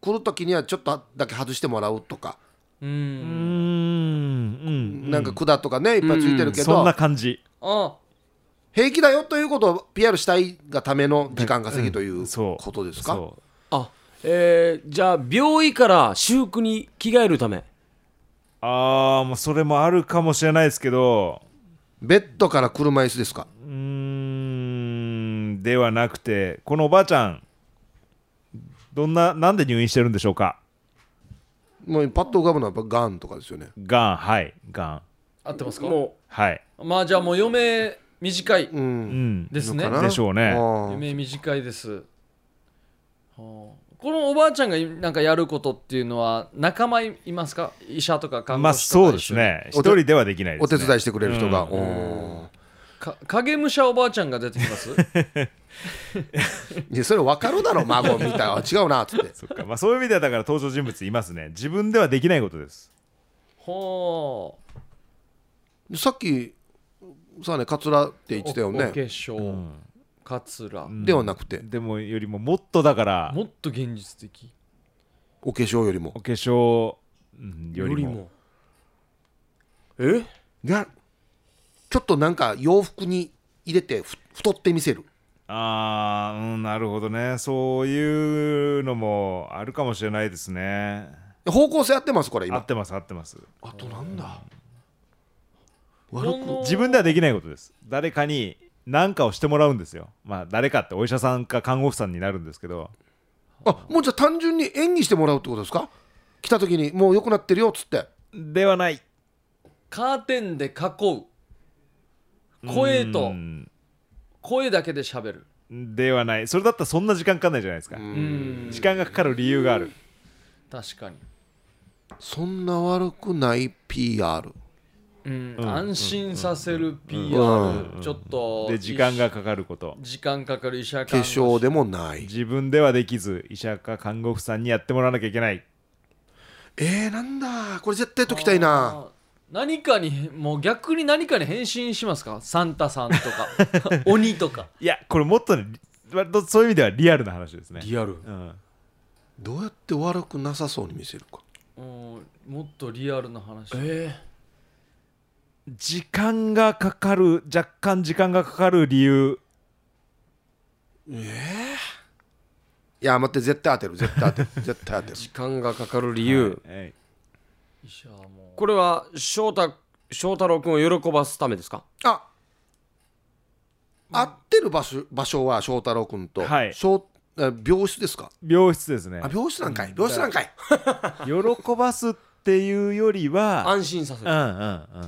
Speaker 3: 来る時にはちょっとだけ外してもらうとか、
Speaker 1: うん
Speaker 4: うんうんうん
Speaker 3: なんか管とかねいっぱいついてるけど、
Speaker 4: そんな感じ
Speaker 1: あ
Speaker 3: 平気だよということを PR したいがための時間稼ぎという
Speaker 4: うんそう
Speaker 3: ことですか、
Speaker 4: そう
Speaker 2: あえー、じゃあ病院から私服に着替えるため
Speaker 4: ああもうそれもあるかもしれないですけど
Speaker 3: ベッドから車椅子ですか
Speaker 4: うーんではなくてこのおばあちゃんどんななんで入院してるんでしょうか
Speaker 3: もうパッと浮かぶのはやっぱがんとかですよね
Speaker 4: がんはいがん
Speaker 1: 合ってますか
Speaker 2: も
Speaker 4: はい
Speaker 1: まあじゃあもう余命短い
Speaker 3: うん
Speaker 4: うん
Speaker 1: です
Speaker 3: の
Speaker 1: ね
Speaker 3: かな
Speaker 4: でしょうね
Speaker 3: あ
Speaker 1: 余
Speaker 3: あ
Speaker 1: 命短いです、はあこのおばあちゃんがなんかやることっていうのは仲間いますか医者とか看
Speaker 4: まあ
Speaker 1: 護師とか
Speaker 4: そうですね一
Speaker 3: お手
Speaker 4: 人ではできないです、ね、
Speaker 3: お手伝いしてくれる人が、
Speaker 4: うん
Speaker 3: お
Speaker 1: 一緒にか影武者おばあちゃんが出てきます
Speaker 3: ーいやそれ分かるだろ孫みたいな違うなっつって
Speaker 4: そっか、まあ、そういう意味ではだから登場人物いますね自分ではできないことです
Speaker 1: ほう
Speaker 3: さっきさあねカツラって言ってたよ
Speaker 1: お化
Speaker 3: ね
Speaker 1: 粧かつら
Speaker 4: ん
Speaker 3: ではなくて
Speaker 4: でもよりももっとだから
Speaker 1: もっと現実的
Speaker 3: お化粧よりも
Speaker 4: お化粧うんよりも
Speaker 2: え
Speaker 3: いやちょっとなんか洋服に入れてふ太ってみせる
Speaker 4: ああうんなるほどねそういうのもあるかもしれないですね
Speaker 3: 方向性合ってますこれ
Speaker 4: 合
Speaker 3: 今
Speaker 4: ってます合ってます
Speaker 3: あとなんだ
Speaker 1: この
Speaker 4: 自分ではできないことです誰かに何かをしてもらうんですよまあ誰かってお医者さんか看護婦さんになるんですけど
Speaker 3: あもうじゃあ単純に演技してもらうってことですか来た時にもう良くなってるよっつって
Speaker 4: ではない
Speaker 1: カーテンで囲う声
Speaker 4: う
Speaker 1: と
Speaker 4: ん
Speaker 1: 声だけで喋る
Speaker 4: ではないそれだったらそんな時間かかんないじゃないですか
Speaker 1: うん
Speaker 4: 時間がかかる理由がある
Speaker 1: 確かに
Speaker 3: そんな悪くない PR
Speaker 1: うん安心させる PR
Speaker 3: う
Speaker 1: ちょっと
Speaker 4: で時間がかかること
Speaker 1: 時間かかる医者
Speaker 3: 化
Speaker 1: 看護師
Speaker 3: 粧でもない
Speaker 4: 自分ではできず医者か看護婦さんにやってもらわなきゃいけない
Speaker 3: えー、なんだこれ絶対解きたいな
Speaker 1: あー何かにもう逆に何かに変身しますかサンタさんとか鬼とか
Speaker 4: いやこれもっとね割とそういう意味ではリアルな話ですね
Speaker 2: リアル
Speaker 4: うん
Speaker 3: どうやって悪くなさそうに見せるか
Speaker 1: うんもっとリアルな話
Speaker 2: え
Speaker 4: 時間がかかる若干時間がかかる理由
Speaker 3: いや待って絶対当てる絶対当てる絶対当て
Speaker 2: 時
Speaker 3: る
Speaker 2: 間がかかる理由、
Speaker 4: はい
Speaker 1: 医者はもう
Speaker 2: これは翔太翔太郎君を喜ばすためですか
Speaker 3: あ合ってる場所場所は翔太郎君と、
Speaker 4: はい
Speaker 3: 翔あ病室ですか
Speaker 4: 病室ですね
Speaker 3: あ病室なんかい病室なんかい
Speaker 4: 喜ばすっていうよりは
Speaker 2: 安心させ
Speaker 4: うん
Speaker 2: る
Speaker 4: うんう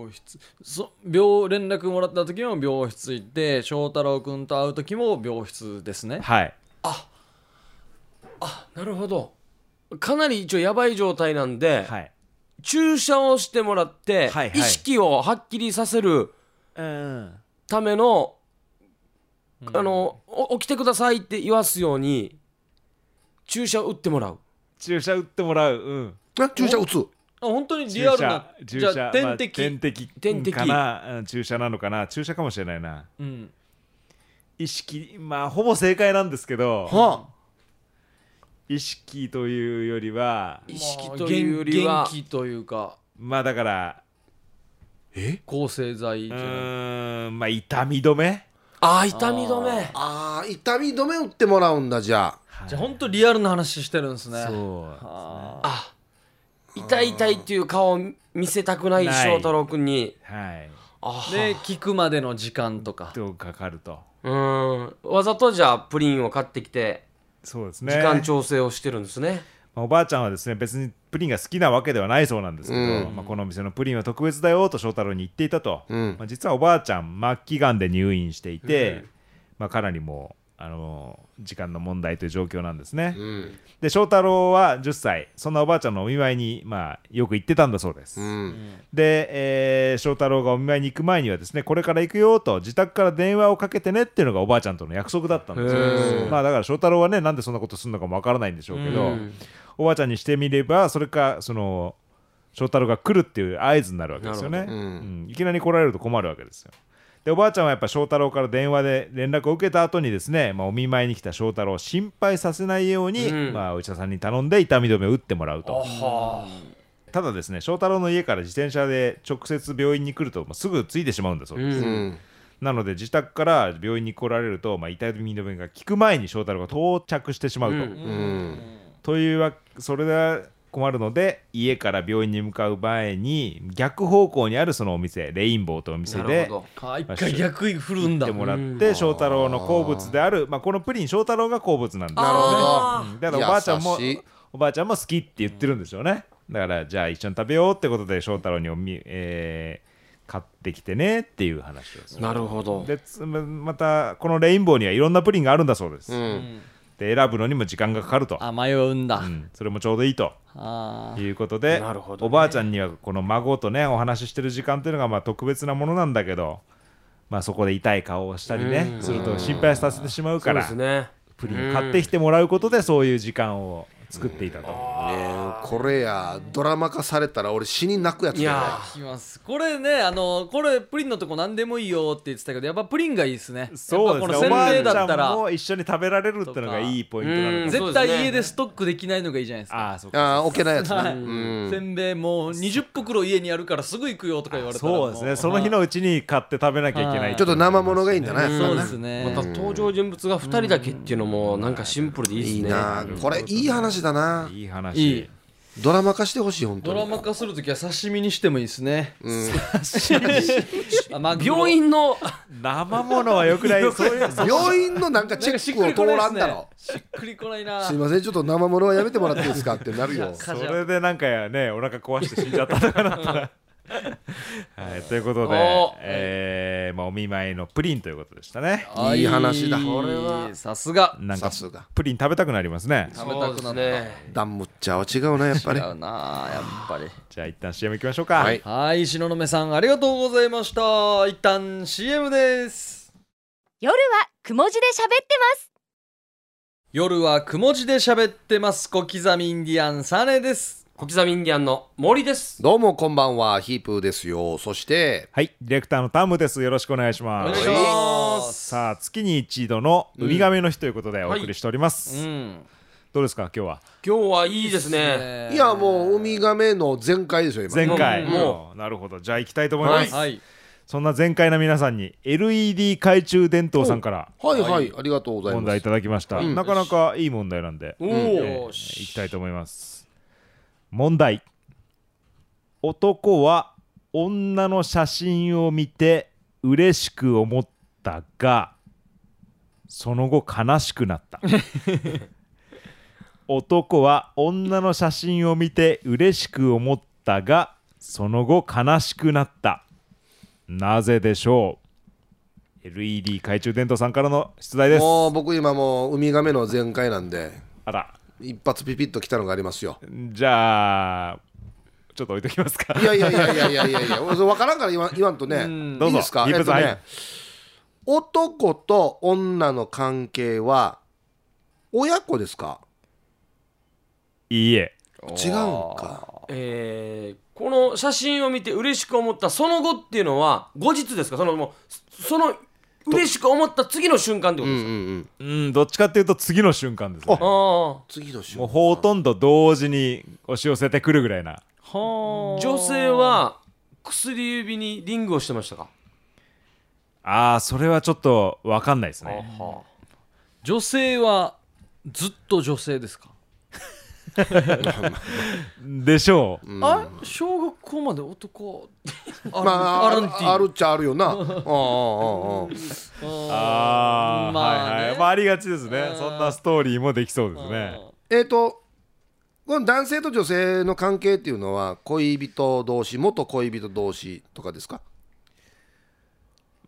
Speaker 4: ん
Speaker 1: 病室そ病連絡もらった時も病室行って翔太郎君と会う時も病室ですね
Speaker 4: はい
Speaker 2: なるほどかなり一応やばい状態なんで、
Speaker 4: はい
Speaker 2: 注射をしてもらって、
Speaker 4: はいはい
Speaker 2: 意識をはっきりさせる
Speaker 4: うん
Speaker 2: ための、あのお起きてくださいって言わすように注射を打ってもらう
Speaker 4: 注射打ってもらううん
Speaker 3: あ注射打つ
Speaker 1: あ本当に
Speaker 4: 注
Speaker 1: リアルな
Speaker 4: 射
Speaker 1: じゃあ
Speaker 4: まあ
Speaker 1: 点滴、
Speaker 4: 点滴
Speaker 2: 点滴
Speaker 4: かなうん注射なのかな注射かもしれないな
Speaker 1: うん、
Speaker 4: 意識まあほぼ正解なんですけど
Speaker 3: は
Speaker 4: 意識というよりは
Speaker 2: 意識というより
Speaker 1: まあ
Speaker 2: は
Speaker 1: 元元気というか
Speaker 4: まあだから
Speaker 1: 抗生剤
Speaker 4: う
Speaker 1: じゃない
Speaker 4: ーんまあ痛み止め
Speaker 2: あー痛み止め
Speaker 3: ああー痛み止め打ってもらうんだじゃあ
Speaker 1: じゃあ本当リアルな話してるんですね
Speaker 4: そう
Speaker 1: あ
Speaker 2: あ痛い痛いっていう顔を見せたくない
Speaker 4: ない
Speaker 2: 翔太郎君に
Speaker 4: はい
Speaker 2: あ
Speaker 1: ー
Speaker 2: ー
Speaker 1: で聞くまでの時間とか
Speaker 4: とかかると
Speaker 2: うーんわざとじゃあプリンを買ってきて
Speaker 4: そうですね
Speaker 2: 時間調整をしてるんですね
Speaker 4: おばあちゃんはですね別にプリンが好きなわけではないそうなんですけど、まあ、このお店のプリンは特別だよと翔太郎に言っていたと、
Speaker 3: うん
Speaker 4: まあ、実はおばあちゃん末期がんで入院していて、まあ、かなりもう、あの時間の問題という状況なんですね、
Speaker 3: うん
Speaker 4: で翔太郎は10歳そんなおばあちゃんのお見舞いに、まあ、よく行ってたんだそうです、
Speaker 3: うん
Speaker 4: で、えー翔太郎がお見舞いに行く前にはですねこれから行くよと自宅から電話をかけてねっていうのがおばあちゃんとの約束だったんですよ
Speaker 2: へー
Speaker 4: まあだから翔太郎はねなんでそんなことするのかもわからないんでしょうけど、
Speaker 2: うん
Speaker 4: おばあちゃんにしてみればそれかその翔太郎が来るっていう合図になるわけですよね、
Speaker 2: なる
Speaker 3: ほどうん
Speaker 4: うんいきなり来られると困るわけですよでおばあちゃんはやっぱ翔太郎から電話で連絡を受けた後にですね、まあ、お見舞いに来た翔太郎を心配させないように、
Speaker 2: うん
Speaker 4: まあ、お医者さんに頼んで痛み止めを打ってもらうと
Speaker 2: は
Speaker 4: ただですね翔太郎の家から自転車で直接病院に来ると、まあ、すぐ着いてしまうんだそうです、
Speaker 2: う
Speaker 3: うんん
Speaker 4: なので自宅から病院に来られると、まあ、痛み止めが効く前に翔太郎が到着してしまうと、
Speaker 2: うん
Speaker 3: うん
Speaker 4: というわそれは困るので家から病院に向かう前に逆方向にあるそのお店レインボーというお店
Speaker 2: な
Speaker 4: で
Speaker 2: るほ
Speaker 1: あ一回逆に振るん
Speaker 4: 行っ
Speaker 1: だ
Speaker 4: てもらっ
Speaker 2: うん
Speaker 4: て翔太郎の好物であるまあこのプリン翔太郎が好物なんだ
Speaker 3: なるほ
Speaker 2: あ
Speaker 3: ど
Speaker 4: うんだからおばあちゃんも
Speaker 3: 優しい
Speaker 4: おばあちゃんも好きって言ってるんですよねだからじゃあ一緒に食べようってことで翔太郎におみ、えー買ってきてねっていう話をす
Speaker 2: ど
Speaker 4: る
Speaker 2: なるほど
Speaker 4: でつままたこのレインボーにはいろんなプリンがあるんだそうです、
Speaker 3: うん
Speaker 4: で選ぶのにも時間がかかると、
Speaker 1: あ迷うんだ、
Speaker 4: うんそれもちょうどいいと
Speaker 1: あ
Speaker 4: ということで、
Speaker 2: なるほどね
Speaker 4: おばあちゃんにはこの孫とねお話ししてる時間っていうのがまあ特別なものなんだけど、まあ、そこで痛い顔をしたりね
Speaker 2: うん
Speaker 4: すると心配させてしまう
Speaker 2: そ
Speaker 4: か
Speaker 2: うで
Speaker 4: ら、
Speaker 2: すね
Speaker 4: プリンを買ってきてもらうことでそういう時間を作っていたと。
Speaker 3: ねえこれやドラマ化されたら俺死に泣くやつ
Speaker 2: い
Speaker 3: だよ
Speaker 2: や
Speaker 1: あきますこれねあのこれプリンのとこ何でもいいよって言ってたけどやっぱプリンがいいですね
Speaker 4: そうです
Speaker 1: や
Speaker 4: ね、お
Speaker 1: っぱこ
Speaker 4: ば
Speaker 1: の
Speaker 4: あ
Speaker 1: 洗
Speaker 4: ち
Speaker 1: 礼だった
Speaker 4: ゃん
Speaker 1: ら
Speaker 4: も一緒に食べられるってのがいいポイントなの
Speaker 2: うん
Speaker 4: かな
Speaker 1: 絶
Speaker 2: そうです
Speaker 1: 対
Speaker 2: ね
Speaker 1: 家でストックできないのがいいじゃないですか
Speaker 4: ああそうか
Speaker 3: ああ置けないやつな、
Speaker 1: はい
Speaker 3: うん
Speaker 1: せんべいもう20袋家にあるからすぐ行くよとか言われたら
Speaker 4: そうですねその日
Speaker 1: は
Speaker 4: のうちに買って食べなきゃいけない
Speaker 1: はい
Speaker 4: て
Speaker 3: ちょっ
Speaker 4: い
Speaker 3: と
Speaker 4: うのがあり
Speaker 3: 生
Speaker 4: ますね
Speaker 3: 物がいいんだな、
Speaker 1: い
Speaker 3: やっぱ
Speaker 1: そう
Speaker 3: な
Speaker 1: ですね
Speaker 2: また登場人物が2人だけっていうのもなんかシンプルでいいですね
Speaker 3: いいなこれいい話だない
Speaker 4: い話
Speaker 1: いい
Speaker 3: ドラマ化してほしい本当
Speaker 1: ド
Speaker 3: に
Speaker 1: ラマ化するときは刺身にしてもいいですね、
Speaker 3: うん
Speaker 1: あマグロ
Speaker 2: 病院の
Speaker 4: 生物はよくないそういう
Speaker 3: 病院のなんかチェックを通らんだろ
Speaker 1: しっくりこないな
Speaker 3: すいませんちょっと生物はやめてもらっていいですかってなるよ
Speaker 1: カ
Speaker 4: そ
Speaker 1: ジュアル
Speaker 4: れでなんかねお腹壊して死んじゃったとかなったら。はい、ということで
Speaker 2: おー、
Speaker 4: えーまあ、お見舞いのプリンということでしたね。
Speaker 1: あ
Speaker 3: いい話だ
Speaker 1: これはさすが
Speaker 4: なん
Speaker 3: さ
Speaker 4: か
Speaker 3: すが
Speaker 4: プリン食べたくなりますね。
Speaker 1: 食べたくな
Speaker 2: そ
Speaker 1: った
Speaker 2: うです
Speaker 1: 違
Speaker 2: ね
Speaker 3: ダンムッチャーは違うなやっぱり
Speaker 1: うなやっぱり
Speaker 4: じゃあ一旦 CM 行きましょうか。
Speaker 3: はい
Speaker 1: はい東雲さんありがとうございました一旦 CM です
Speaker 5: 夜はくも字で喋ってます
Speaker 1: 夜はくも字で喋ってます小刻みインディアンサネです
Speaker 2: 小刻みインディアンの森です
Speaker 3: どうもこんばんはヒープーですよそして
Speaker 4: はい、ディレクターのタムです。よろしくお願いしま
Speaker 3: い
Speaker 4: す。
Speaker 3: し
Speaker 1: ます
Speaker 4: さあ、月に一度のウミガメの日ということでお送りしておりま
Speaker 1: う
Speaker 4: す。
Speaker 1: ん
Speaker 4: どうですか、今日は。
Speaker 2: 今日はいいですね
Speaker 3: いやもうウミガメの全開ですよ今
Speaker 4: 前回。
Speaker 2: うんも
Speaker 4: なるほど。じゃあ行きたいと思います。
Speaker 1: はい
Speaker 4: そんな前回の皆さんに LED 懐中電灯さんから
Speaker 3: はいはいありがとうござい
Speaker 4: 問
Speaker 3: ま
Speaker 4: 題い
Speaker 3: す
Speaker 4: ただきました。
Speaker 3: うん
Speaker 4: なかなかいい問題なんで。
Speaker 2: お
Speaker 4: え
Speaker 2: お
Speaker 4: ーいきたいと思います問題男は女の写真を見て嬉しく思ったがその後悲しくなった男は女の写真を見て嬉しく思ったがその後悲しくなったなぜでしょう LED 懐中電灯さんからの出題です
Speaker 3: もう僕今もうウミガメの全開なんで
Speaker 4: あら
Speaker 3: 一発ピピッときたのがありますよ
Speaker 4: じゃあちょっと置いときますか
Speaker 3: いやいやいやいやいやいやいや俺それ分からんから言わん言わんとね
Speaker 1: ん
Speaker 4: どう
Speaker 3: いい
Speaker 4: ぞ
Speaker 3: ですか
Speaker 4: リ
Speaker 3: え
Speaker 4: ッ
Speaker 3: っ
Speaker 4: プ
Speaker 3: と
Speaker 4: さん
Speaker 3: ね男と女の関係は親子ですか
Speaker 4: いいえ
Speaker 3: 違うんか
Speaker 2: えーこの写真を見て嬉しく思ったその後っていうのは後日ですかそのもうその嬉しく思った次の瞬間ってことですか、
Speaker 4: うんどっちかっていうと次の瞬間ですね
Speaker 2: あ
Speaker 3: 次の週
Speaker 4: もうほとんど同時に押し寄せてくるぐらいな
Speaker 2: あ
Speaker 1: は
Speaker 2: 女性は薬指にリングをしてましたか
Speaker 4: ああそれはちょっと分かんないですね
Speaker 2: は
Speaker 1: 女性はずっと女性ですか
Speaker 4: でしょう、
Speaker 1: あれ小学校まで男あ
Speaker 3: まあ、あ
Speaker 1: アラン
Speaker 3: る
Speaker 1: ティ
Speaker 3: あるっちゃあるよ な。うんうんうんうん
Speaker 4: ああ、
Speaker 1: まあね
Speaker 4: はいはいまあありがちですねそんなストーリーもできそうですね
Speaker 3: えっ、と、この男性と女性の関係っていうのは恋人同士元恋人同士とかですか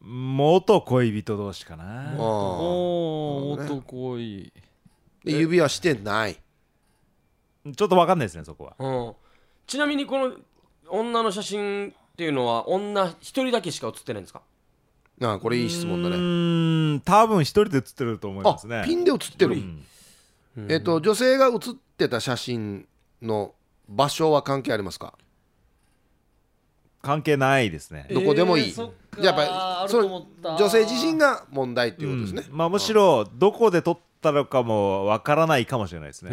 Speaker 4: 元恋人同士かな
Speaker 3: あー
Speaker 1: おお
Speaker 3: なるほどね
Speaker 1: 男いい
Speaker 3: で指輪してない
Speaker 4: ちょっとわかんないですねそこは
Speaker 2: うん、ちなみにこの女の写真っていうのは女一人だけしか写ってないんですか
Speaker 3: あーこれいい質問だ
Speaker 4: う
Speaker 3: ね
Speaker 4: ーん多分一人で写ってると思いますね
Speaker 3: あピンで写ってる、
Speaker 4: うん
Speaker 3: えっと女性が写ってた写真の場所は関係ありますか
Speaker 4: 関係ないですね
Speaker 3: どこでもいい
Speaker 1: えーそっか
Speaker 3: やっぱ
Speaker 1: あ
Speaker 3: り
Speaker 1: る
Speaker 3: そ
Speaker 1: と
Speaker 3: の
Speaker 1: 思った
Speaker 3: 女性自身が問題っていうことですね、
Speaker 4: うんまあむしろどこで撮ったのかもわからないかもしれないですね
Speaker 2: へ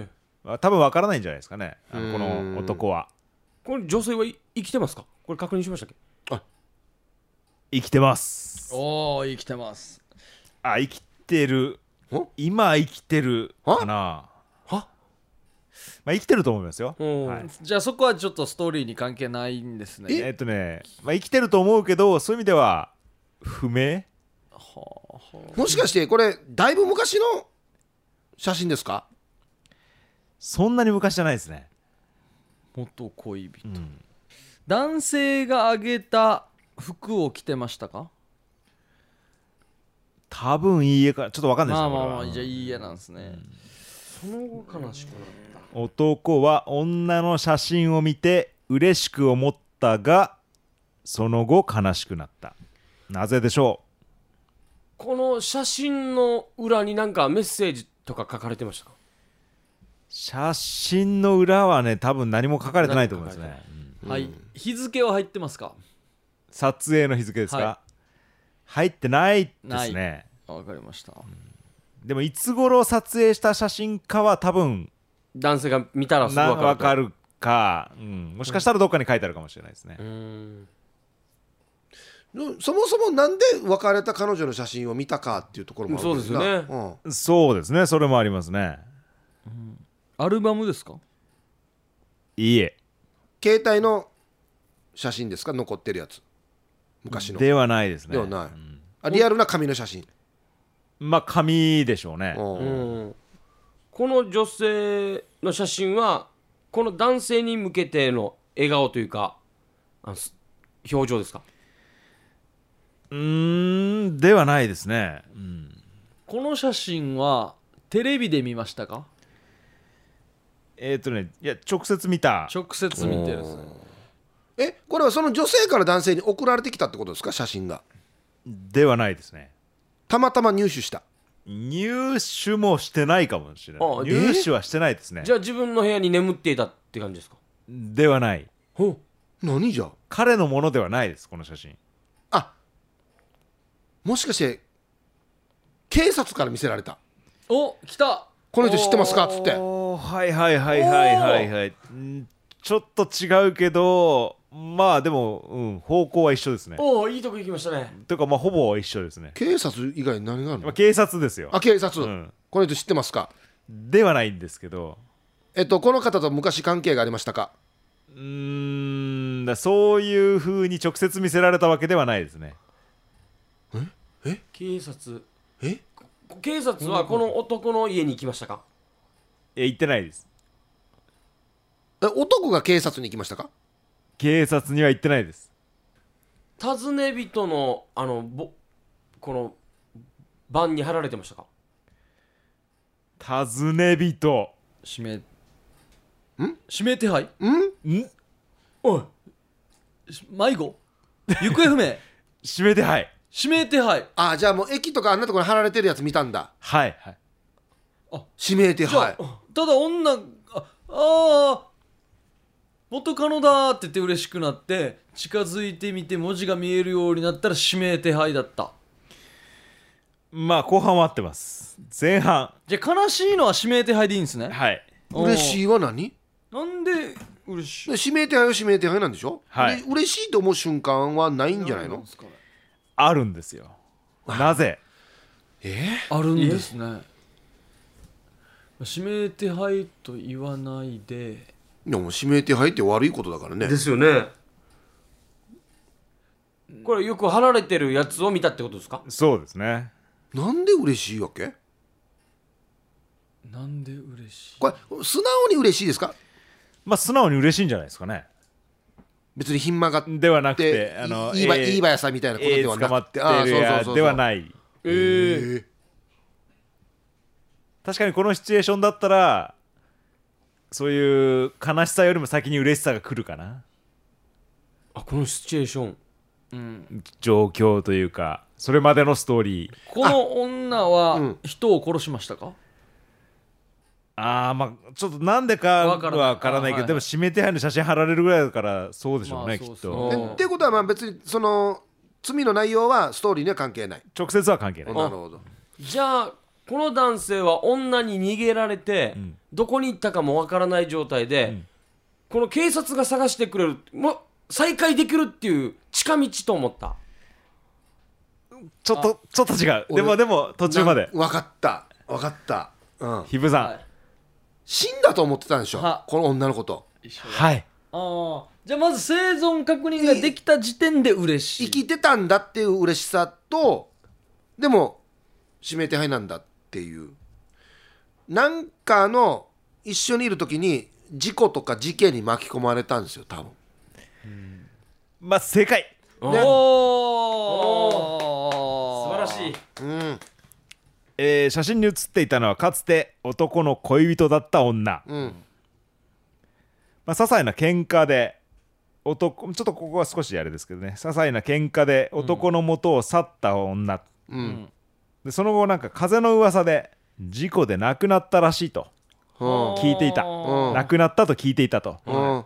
Speaker 2: え
Speaker 4: あ多分わからないんじゃないですかねあ
Speaker 3: う
Speaker 4: の
Speaker 3: ん
Speaker 4: この男は
Speaker 2: これ女性はい生きてますかこれ確認しましたっけ
Speaker 4: 生きてます
Speaker 1: おお生きてます
Speaker 4: あ生きてる
Speaker 3: お
Speaker 4: 今生きてるかな
Speaker 2: は
Speaker 4: まあ生きてると思いますよ、
Speaker 2: うん
Speaker 4: はい
Speaker 1: じゃあそこはちょっとストーリーに関係ないんですね
Speaker 4: えっとね、まあ、生きてると思うけどそういう意味では不明
Speaker 3: もしかしてこれだいぶ昔の写真ですか
Speaker 4: そんなに昔じゃないですね、
Speaker 1: 元恋人
Speaker 4: うん
Speaker 1: 男性があげた服を着てましたか
Speaker 4: 多分いい家かちょっとわかんないです
Speaker 1: ま
Speaker 4: ね
Speaker 1: あまあま
Speaker 4: これ
Speaker 1: あ
Speaker 4: は
Speaker 1: じゃあいい家なんですね、
Speaker 2: その後悲しくなった
Speaker 4: 男は女の写真を見て嬉しく思ったがその後悲しくなったなぜでしょ
Speaker 2: この写真の裏になんかメッセージとか書かれてましたか
Speaker 4: う写真の裏はね多分何も書かれてないと思いますね、うん
Speaker 1: はい日付は入ってますか
Speaker 4: 撮影の日付ですか、
Speaker 1: は
Speaker 4: 入ってないですね
Speaker 1: わかりました、
Speaker 4: でもいつ頃撮影した写真かは多分
Speaker 2: 男性が見たらすぐ
Speaker 4: な
Speaker 2: 分か
Speaker 4: わ
Speaker 2: ると
Speaker 4: かるか、うん、もしかしたらどっかに書いてあるかもしれないですね、
Speaker 2: うーん
Speaker 3: そもそもなんで別れた彼女の写真を見たかっていうところもあるわけな
Speaker 2: そうですよ
Speaker 3: うん
Speaker 4: そうですねそれもありますね
Speaker 1: アルバムですか
Speaker 4: いいえ
Speaker 3: 携帯の写真ですか残ってるやつ昔の
Speaker 4: ではないですね
Speaker 3: ではないあリアルな紙の写真、
Speaker 4: まあ紙でしょうね
Speaker 3: うん
Speaker 2: うんこの女性の写真はこの男性に向けての笑顔というかあのす表情ですか
Speaker 4: うーんではないですね、うん
Speaker 1: この写真はテレビで見ましたか
Speaker 4: えっ、とねいや直接見た
Speaker 1: 直接見てるんですね
Speaker 3: えこれはその女性から男性に送られてきたってことですか写真が
Speaker 4: ではないですね
Speaker 3: たまたま入手した
Speaker 4: 入手もしてないかもしれない
Speaker 2: あ
Speaker 4: 入手はしてないですね
Speaker 2: じゃあ自分の部屋に眠っていたって感じですか
Speaker 4: ではない
Speaker 2: ほ
Speaker 3: 何じゃ
Speaker 4: 彼のものではないですこの写真
Speaker 3: あもしかして警察から見せられた
Speaker 1: お来た
Speaker 3: この人知ってますかっつって
Speaker 4: おーはいはいはいはいはいはいんちょっと違うけどまあでも、うん、方向は一緒ですね
Speaker 2: おおいいとこ行きましたね
Speaker 4: というかまあほぼ一緒ですね、
Speaker 3: 警察以外に何がある
Speaker 4: まあ、
Speaker 3: の
Speaker 4: 警察ですよ
Speaker 3: あ警察、
Speaker 4: うん
Speaker 3: この人知ってますか
Speaker 4: ではないんですけど
Speaker 3: えっとこの方と昔関係がありましたか
Speaker 4: うーんだそういうふうに直接見せられたわけではないですね
Speaker 2: 警察
Speaker 3: え
Speaker 2: 警察はこの男の家に行きましたか
Speaker 4: え言ってないです
Speaker 3: え男が警察に行きましたか
Speaker 4: 警察には言ってないです
Speaker 2: 尋ね人のあのぼこの番に貼られてましたか
Speaker 4: 尋ね人
Speaker 1: 指名ん指名手配
Speaker 3: ん
Speaker 4: ん
Speaker 1: おいし迷子行方不 明
Speaker 4: 締めてはい
Speaker 1: 指名手配
Speaker 3: あじゃあもう駅とかあんなところに貼られてるやつ見たんだ
Speaker 4: はいはい
Speaker 3: 指名手
Speaker 1: じゃあ
Speaker 3: 配
Speaker 1: ただ女がああー元カノだって言って嬉しくなって近づいてみて文字が見えるようになったら指名手配だった
Speaker 4: まあ後半は合ってます前半
Speaker 1: じゃあ悲しいのは指名手配でいいんですね
Speaker 4: はい
Speaker 3: 嬉しいは何
Speaker 1: なんで嬉しい
Speaker 3: 指名手配は指名手配なんでしょ、
Speaker 4: はい
Speaker 3: で嬉しいと思う瞬間はないんじゃないの
Speaker 4: あるんですよなぜ
Speaker 3: え
Speaker 1: あるんですね指名手配と言わないで
Speaker 3: ー、でも指名手配って悪いことだからね
Speaker 2: すよねこれよく貼られてるやつを見たってことですか
Speaker 4: そうですね
Speaker 3: なんで嬉しいわけ
Speaker 1: なんで嬉しい
Speaker 3: これ素直に嬉しいですか
Speaker 4: まあ素直に嬉しいんじゃないですかね
Speaker 3: 別にひん曲がって
Speaker 4: ではなくて
Speaker 3: で
Speaker 4: あの
Speaker 3: いいいば
Speaker 4: えー
Speaker 3: いいばやさんみたいなこと
Speaker 4: え
Speaker 3: で
Speaker 4: ー
Speaker 3: は
Speaker 4: 捕ま
Speaker 3: な
Speaker 4: っ
Speaker 3: くて
Speaker 4: て
Speaker 3: ああ
Speaker 4: るやではない
Speaker 3: ええ
Speaker 4: 確かにこのシチュエーションだったらそういう悲しさよりも先に嬉しさが来るかな
Speaker 2: あこのシチュエーション
Speaker 4: 状況というかそれまでのストーリー
Speaker 1: この女は
Speaker 3: ん
Speaker 1: 人を殺しましたか、
Speaker 4: ああまあちょっとなんでかは
Speaker 1: わからない
Speaker 4: わからないけ
Speaker 1: あーはいは
Speaker 4: ど
Speaker 1: い
Speaker 4: でも指名手配の写真貼られるぐらいだからそうでしょう
Speaker 1: まあ
Speaker 4: ね
Speaker 1: そ
Speaker 4: き
Speaker 1: う
Speaker 4: っ
Speaker 1: そう
Speaker 4: と
Speaker 1: うん
Speaker 3: えっていうことはまあ別にその罪の内容はストーリーには関係ない
Speaker 4: 直接は関係
Speaker 3: な
Speaker 4: な
Speaker 3: いるほど
Speaker 2: じゃあこの男性は女に逃げられて、
Speaker 4: ん
Speaker 2: どこに行ったかもわからない状態で、
Speaker 4: ん
Speaker 2: この警察が探してくれるもう再会できるっていう近道と思った
Speaker 4: ちょっとちょっと違う
Speaker 3: 俺
Speaker 4: でもでも途中まで
Speaker 3: 分かった分かった、うん、
Speaker 4: ひぶさん
Speaker 1: はい
Speaker 3: 死んだと思ってたんでしょ
Speaker 1: は
Speaker 3: この女のこと
Speaker 4: はい
Speaker 1: ああじゃあまず生存確認ができた時点で嬉しい
Speaker 3: 生きてたんだっていう嬉しさとでも指名手配なんだっていうなんかの一緒にいる時に事故とか事件に巻き込まれたんですよ多分
Speaker 4: まあ正解
Speaker 1: おお
Speaker 2: 素晴らしい
Speaker 3: うん
Speaker 4: えー写真に写っていたのはかつて男の恋人だった女、
Speaker 3: うん
Speaker 4: まあ、些細な喧嘩で男ちょっとここは少しあれですけどね些細な喧嘩で男の元を去った女、
Speaker 3: うん
Speaker 4: でその後なんか風の噂で事故で亡くなったらしいと
Speaker 3: うん
Speaker 4: 聞いていた
Speaker 3: うん
Speaker 4: 亡くなったと聞いていたと
Speaker 3: うん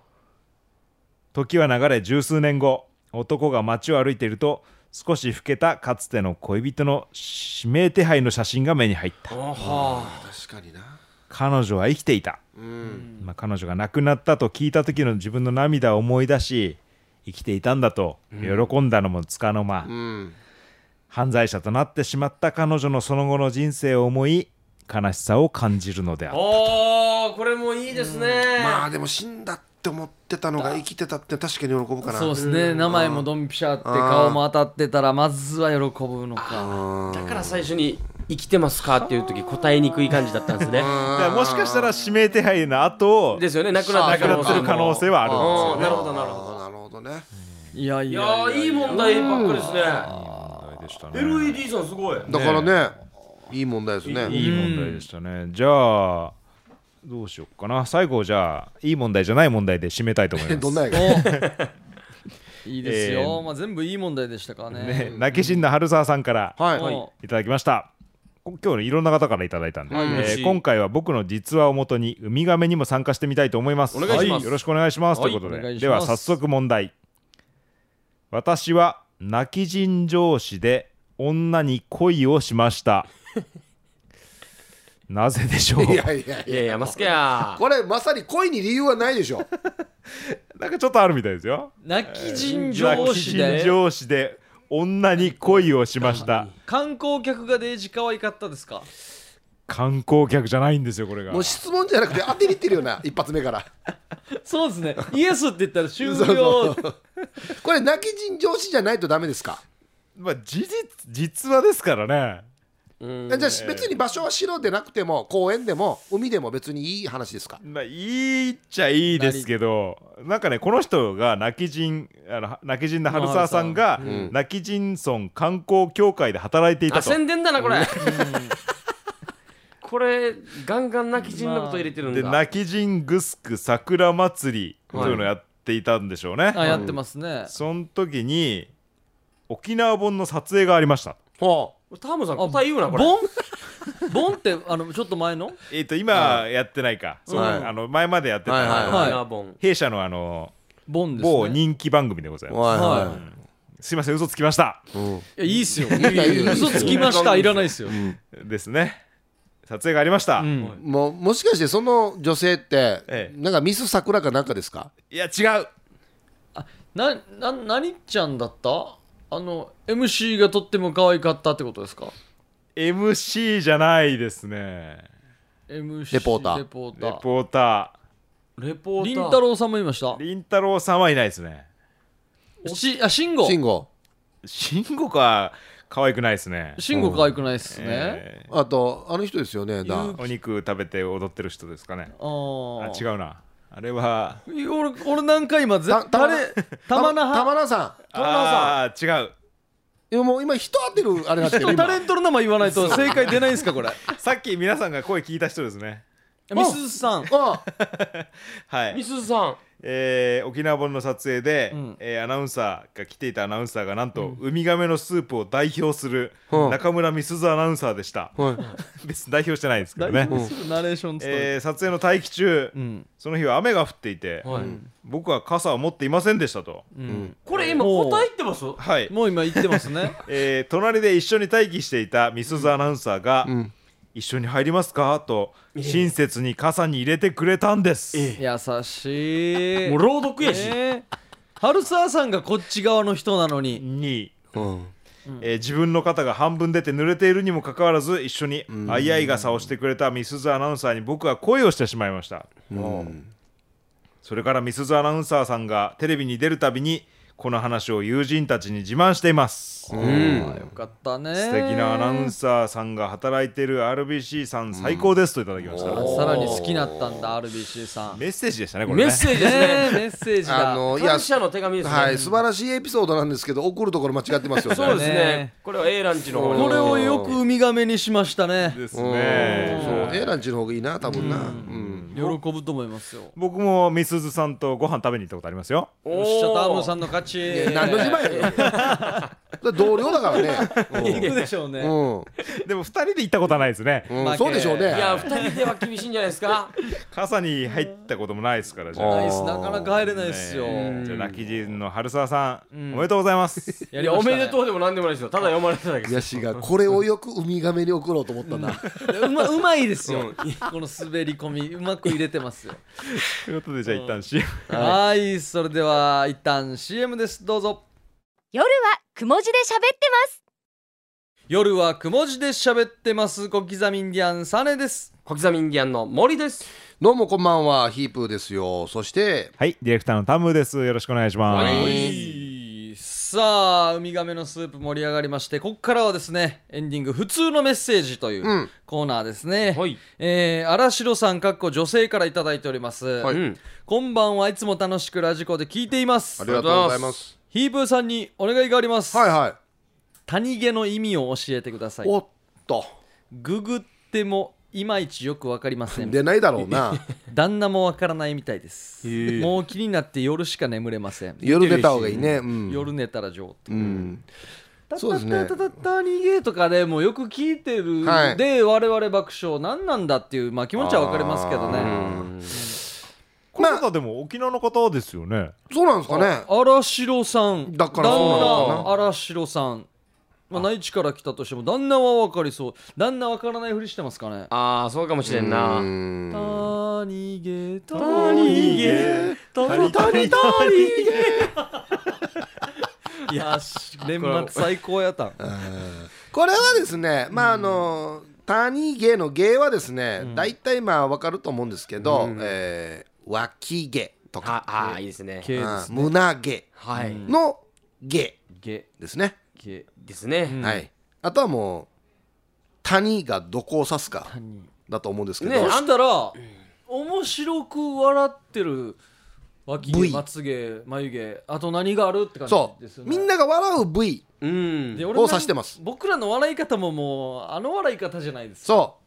Speaker 4: 時は流れ十数年後男が街を歩いていると少し老けたかつての恋人の指名手配の写真が目に入った
Speaker 2: あは
Speaker 3: 確かにな
Speaker 4: 彼女は生きていた
Speaker 3: うん
Speaker 4: まあ、彼女が亡くなったと聞いた時の自分の涙を思い出し生きていたんだと喜んだのもつかの間、
Speaker 3: うん
Speaker 4: 犯罪者となってしまった彼女のその後の人生を思い悲しさを感じるのであ
Speaker 2: あ
Speaker 4: る
Speaker 2: おーこれもいいですね、
Speaker 3: まあでも死んだって思ってたのが生きてたって確かに喜ぶかな
Speaker 1: そうですね名前もドンピシャあって顔も当たってたらまずは喜ぶのか
Speaker 2: だから最初に「生きてますか?」っていう時答えにくい感じだったんですね
Speaker 4: だからもしかしたら指名手配の後を
Speaker 2: ですよね亡くな
Speaker 4: 亡
Speaker 2: った
Speaker 4: くなってる可能性はあるんですよ
Speaker 2: あーなるほどなるほど
Speaker 3: どなるほどね
Speaker 1: いやい
Speaker 2: い
Speaker 1: や
Speaker 2: やーいい問題ばっかりですね
Speaker 4: 問題でしたね
Speaker 2: LED さんすごい
Speaker 3: だからねいい問題ですね
Speaker 4: いい問題でしたねじゃあどうしようかな最後じゃあいい問題じゃない問題で締めたいと思います
Speaker 3: どんなやが
Speaker 1: おいいですよ、
Speaker 4: えー
Speaker 1: まあ、全部いい問題でしたからね
Speaker 4: ね泣き死んだ春沢さんから
Speaker 3: はい
Speaker 1: もう
Speaker 4: いただきましたこ今日いろんな方からいただいたんで、
Speaker 2: はい
Speaker 4: えー
Speaker 2: 嬉しい
Speaker 4: 今回は僕の実話をもとにウミガメにも参加してみたいと思います
Speaker 2: お願いします
Speaker 4: はよろしくお願いします、
Speaker 2: はい
Speaker 4: ということ
Speaker 1: お願い
Speaker 4: で
Speaker 1: し
Speaker 4: では
Speaker 1: ます
Speaker 4: 早速問題私は泣き人上司で女に恋をしましたなぜでしょう
Speaker 3: いやいやい
Speaker 2: い
Speaker 3: や
Speaker 2: やいやマスケや
Speaker 3: これまさに恋に理由はないでしょ
Speaker 4: なんかちょっとあるみたいですよ
Speaker 1: 泣き人
Speaker 4: 泣
Speaker 1: 上
Speaker 4: き
Speaker 1: 司
Speaker 4: 人
Speaker 1: で
Speaker 4: 上司で女に恋をしました
Speaker 1: 観光客がデイジ可愛かったですか
Speaker 4: 観光客じゃないんですよこれが
Speaker 3: もう質問じゃなくて当てにいってるよな 一発目から
Speaker 1: そうですねイエスって言ったら終了
Speaker 3: これ泣き人上司じゃないとダメですか、
Speaker 4: まあ事実実話ですからね
Speaker 2: うん
Speaker 3: じゃあ別に場所は白でなくても公園でも海でも別にいい話ですか
Speaker 4: まあ、いいっちゃいいですけどなんかねこの人が泣き人あの泣き人の春沢さんが、泣き人村観光協会で働いていた
Speaker 2: あ
Speaker 4: と
Speaker 2: 宣伝だなこれ、これガンガン泣き人のこと入れてるん
Speaker 4: で
Speaker 2: だ、
Speaker 4: 泣き人グスク桜祭りというのをやっていたんでしょうね、
Speaker 1: あやってますね、
Speaker 4: その時に沖縄本の撮影がありました
Speaker 3: ほ
Speaker 2: タームさん
Speaker 1: あ
Speaker 2: 答え言うなこれ
Speaker 1: ボン ボンってあのちょっと前の
Speaker 4: えっ、と今やってないか、そう
Speaker 3: はい
Speaker 4: あの前までやってた、
Speaker 3: はいはい
Speaker 1: はい
Speaker 2: 沖縄ボン
Speaker 4: 弊社のあの
Speaker 1: ボンですね
Speaker 4: 某人気番組でございうま
Speaker 3: はい
Speaker 1: はい、
Speaker 3: はい
Speaker 4: すすいません嘘つきました
Speaker 1: いやいいっすよ
Speaker 3: やいやいや
Speaker 1: 嘘つきましたいらないっすよ、
Speaker 4: ですね撮影がありました、
Speaker 1: うん
Speaker 3: もうもしかしてその女性って、
Speaker 4: ええ
Speaker 3: なんかミス桜かなんかですか
Speaker 4: いや違う
Speaker 1: なな何ちゃんだったあの MC がとっても可愛かったってことですか
Speaker 4: MC じゃないですね
Speaker 1: MC
Speaker 3: レポーター
Speaker 1: レポータ
Speaker 4: レ
Speaker 1: ー
Speaker 4: ポータ
Speaker 2: レポーター
Speaker 1: 凛太郎さんもいました
Speaker 4: ー凛太郎さんはいないですね
Speaker 1: しあ慎吾
Speaker 3: 慎吾
Speaker 4: 慎吾か可愛くないですね
Speaker 1: 慎吾可愛くないっすね、
Speaker 4: え
Speaker 3: あとあの人ですよねだ
Speaker 4: ーお肉食べて踊ってる人ですかね
Speaker 1: あ
Speaker 4: あ違うなあれは
Speaker 1: 違う俺俺なんか今絶
Speaker 3: たたま
Speaker 1: 誰玉那
Speaker 3: た
Speaker 1: 覇
Speaker 3: まなさん
Speaker 4: ああー違う
Speaker 3: いやもう今人当てるあれだってる
Speaker 1: タ
Speaker 3: 今
Speaker 1: レントの名前言わないと正解出ないんすかこれ
Speaker 4: さっき皆さんが声聞いた人ですね
Speaker 1: みすずさん
Speaker 3: あ
Speaker 4: はい
Speaker 2: みすずさん
Speaker 4: えー沖縄本の撮影で、
Speaker 1: うん
Speaker 4: えーアナウンサーが来ていたアナウンサーがなんと、ウミガメのスープを代表する
Speaker 3: うん
Speaker 4: 中村美鈴アナウンサーでした、
Speaker 3: はい
Speaker 4: 別に代表して ないですけど
Speaker 1: 大
Speaker 4: ね
Speaker 1: 丈、夫すぐナレーション伝え
Speaker 4: えー撮影の待機中、
Speaker 1: うん
Speaker 4: その日は雨が降っていて、
Speaker 2: はい
Speaker 4: 僕は傘を持っていませんでしたと、
Speaker 1: うん
Speaker 2: これ今
Speaker 1: もう
Speaker 2: 答えってますは
Speaker 4: はい、
Speaker 1: もう今言ってますね
Speaker 4: えー隣で一緒に待機していた美鈴アナウンサーが、
Speaker 3: ん
Speaker 4: 一緒に入りますかと親切に傘に入れてくれたんです、
Speaker 1: 優しい
Speaker 2: もう朗読やし
Speaker 1: ね春沢さんがこっち側の人なのに
Speaker 4: に
Speaker 3: うん
Speaker 4: えー自分の肩が半分出て濡れているにもかかわらず一緒にあいあい傘をしてくれた美鈴アナウンサーに僕は恋をしてしまいましたそれから美鈴アナウンサーさんがテレビに出るたびにこの話を友人たちに自慢しています、
Speaker 1: ああよかったね
Speaker 4: 素敵なアナウンサーさんが働いている RBC さん最高ですといただきました、
Speaker 1: さらに好きになったんだ RBC さんね
Speaker 4: メッセージでしたねこれね
Speaker 2: メッセージですね
Speaker 1: えメッセージだ
Speaker 3: あのいや
Speaker 2: 感謝の手紙ですね
Speaker 3: はい素晴らしいエピソードなんですけど送るところ間違ってますよね
Speaker 2: そうですね
Speaker 1: ね
Speaker 2: これは A ランチの方
Speaker 1: こ
Speaker 2: の
Speaker 1: れをよくウミガメにしましたね
Speaker 4: です
Speaker 3: うんそう
Speaker 4: ね
Speaker 3: A ランチの方がいいな多分なうん
Speaker 1: 喜ぶと思いますよ
Speaker 4: 僕も美鈴さんとご飯食べに行ったことありますよ
Speaker 1: よっしゃタームさ
Speaker 2: ん
Speaker 1: んの勝ち
Speaker 3: いや何の自慢やねんだから同僚だから ね
Speaker 1: 行くでしょうね
Speaker 3: うん
Speaker 4: でも2人で行ったことはないですね、
Speaker 3: うん
Speaker 1: ま
Speaker 3: うん
Speaker 1: あ
Speaker 3: そうでしょうね
Speaker 1: い
Speaker 2: いや二人では厳しいんじゃないですか
Speaker 4: 傘に入ったこともないですからじゃあ
Speaker 1: ナイスなかなか入れないですよ、
Speaker 4: ねじゃあラッキージーンの春沢さん、
Speaker 1: ん
Speaker 4: おめでとうございます。
Speaker 1: や
Speaker 2: い
Speaker 1: り
Speaker 2: や
Speaker 1: ま
Speaker 2: お
Speaker 1: したね
Speaker 2: めでとうでも何でもないですよただ読まれてただけです
Speaker 3: ヤシがこれをよくウミガメに送ろうと思ったな
Speaker 1: うまうまいですよ、この滑り込みうまく入れてますよ
Speaker 4: ということでじゃあ一旦 CM
Speaker 1: はいそれでは一旦 CM ですどうぞ
Speaker 5: 夜はくも字で喋ってます
Speaker 1: 夜はくも字で喋ってます小刻みインディアンサネです
Speaker 2: 小刻みインディアンの森です
Speaker 3: どうもこんばんはヒープーですよそして
Speaker 4: はいディレクターのタムですよろしくお願いします。
Speaker 1: はいさあウミガメのスープ盛り上がりましてここからはですねエンディング普通のメッセージといううんコーナーですね、
Speaker 2: はい
Speaker 1: えー荒城さんかっこ女性からいただいております、
Speaker 3: はい
Speaker 2: うん
Speaker 1: こんばんはいつも楽しくラジコで聞いています
Speaker 3: ありがとうございます
Speaker 1: ヒープーさんにお願いがあります、
Speaker 3: はいはい
Speaker 1: 谷毛の意味を教えてください
Speaker 3: おっと
Speaker 1: ググってもいまいちよくわかりません
Speaker 3: 出ないだろうな
Speaker 1: 旦那もわからないみたいですもう気になって夜しか眠れません、
Speaker 3: 夜出た方がいいねうん
Speaker 1: 夜寝たら上等
Speaker 3: うん
Speaker 1: タ
Speaker 3: そうですね
Speaker 1: タタタタタ逃げとかでもうよく聞いてる、
Speaker 3: はい
Speaker 1: で我々爆笑何なんだっていうまあ気持ちはわかりますけど
Speaker 3: あ
Speaker 1: ね
Speaker 3: ー
Speaker 4: この方でも沖縄の方ですよね。
Speaker 3: そうなんですかね
Speaker 1: 荒城さん
Speaker 3: だからそうなのかな
Speaker 1: 旦那荒城さんまあ、内地から来たとしても旦那は分かりそう旦那分からないふりしてますかね
Speaker 2: ああそうかもしれんな
Speaker 3: うん
Speaker 1: タニゲタ
Speaker 2: ニゲ
Speaker 1: タニタニタニゲいや年末最高やったん
Speaker 3: これはですねまああの谷芸の芸はですね、大体まあわかると思うんですけど、えー脇毛とか、
Speaker 2: ああーいいですね
Speaker 1: ゲ
Speaker 3: うん胸毛
Speaker 2: はい
Speaker 3: の芸
Speaker 1: ゲ
Speaker 3: ですね、
Speaker 1: ゲ
Speaker 2: ですね
Speaker 3: はいあとはもう谷がどこを指すか
Speaker 1: タニ
Speaker 3: だと思うんですけど、
Speaker 2: ね
Speaker 1: そしたら面白く笑ってる脇毛
Speaker 3: V
Speaker 1: まつ毛眉毛あと何があるって感
Speaker 3: そ
Speaker 1: じ
Speaker 3: う、
Speaker 1: ですよね
Speaker 3: みんなが笑う部位
Speaker 2: うん
Speaker 1: で
Speaker 3: を
Speaker 1: 俺なん
Speaker 3: 指してます
Speaker 1: 僕らの笑い方ももうあの笑い方じゃないです
Speaker 3: そ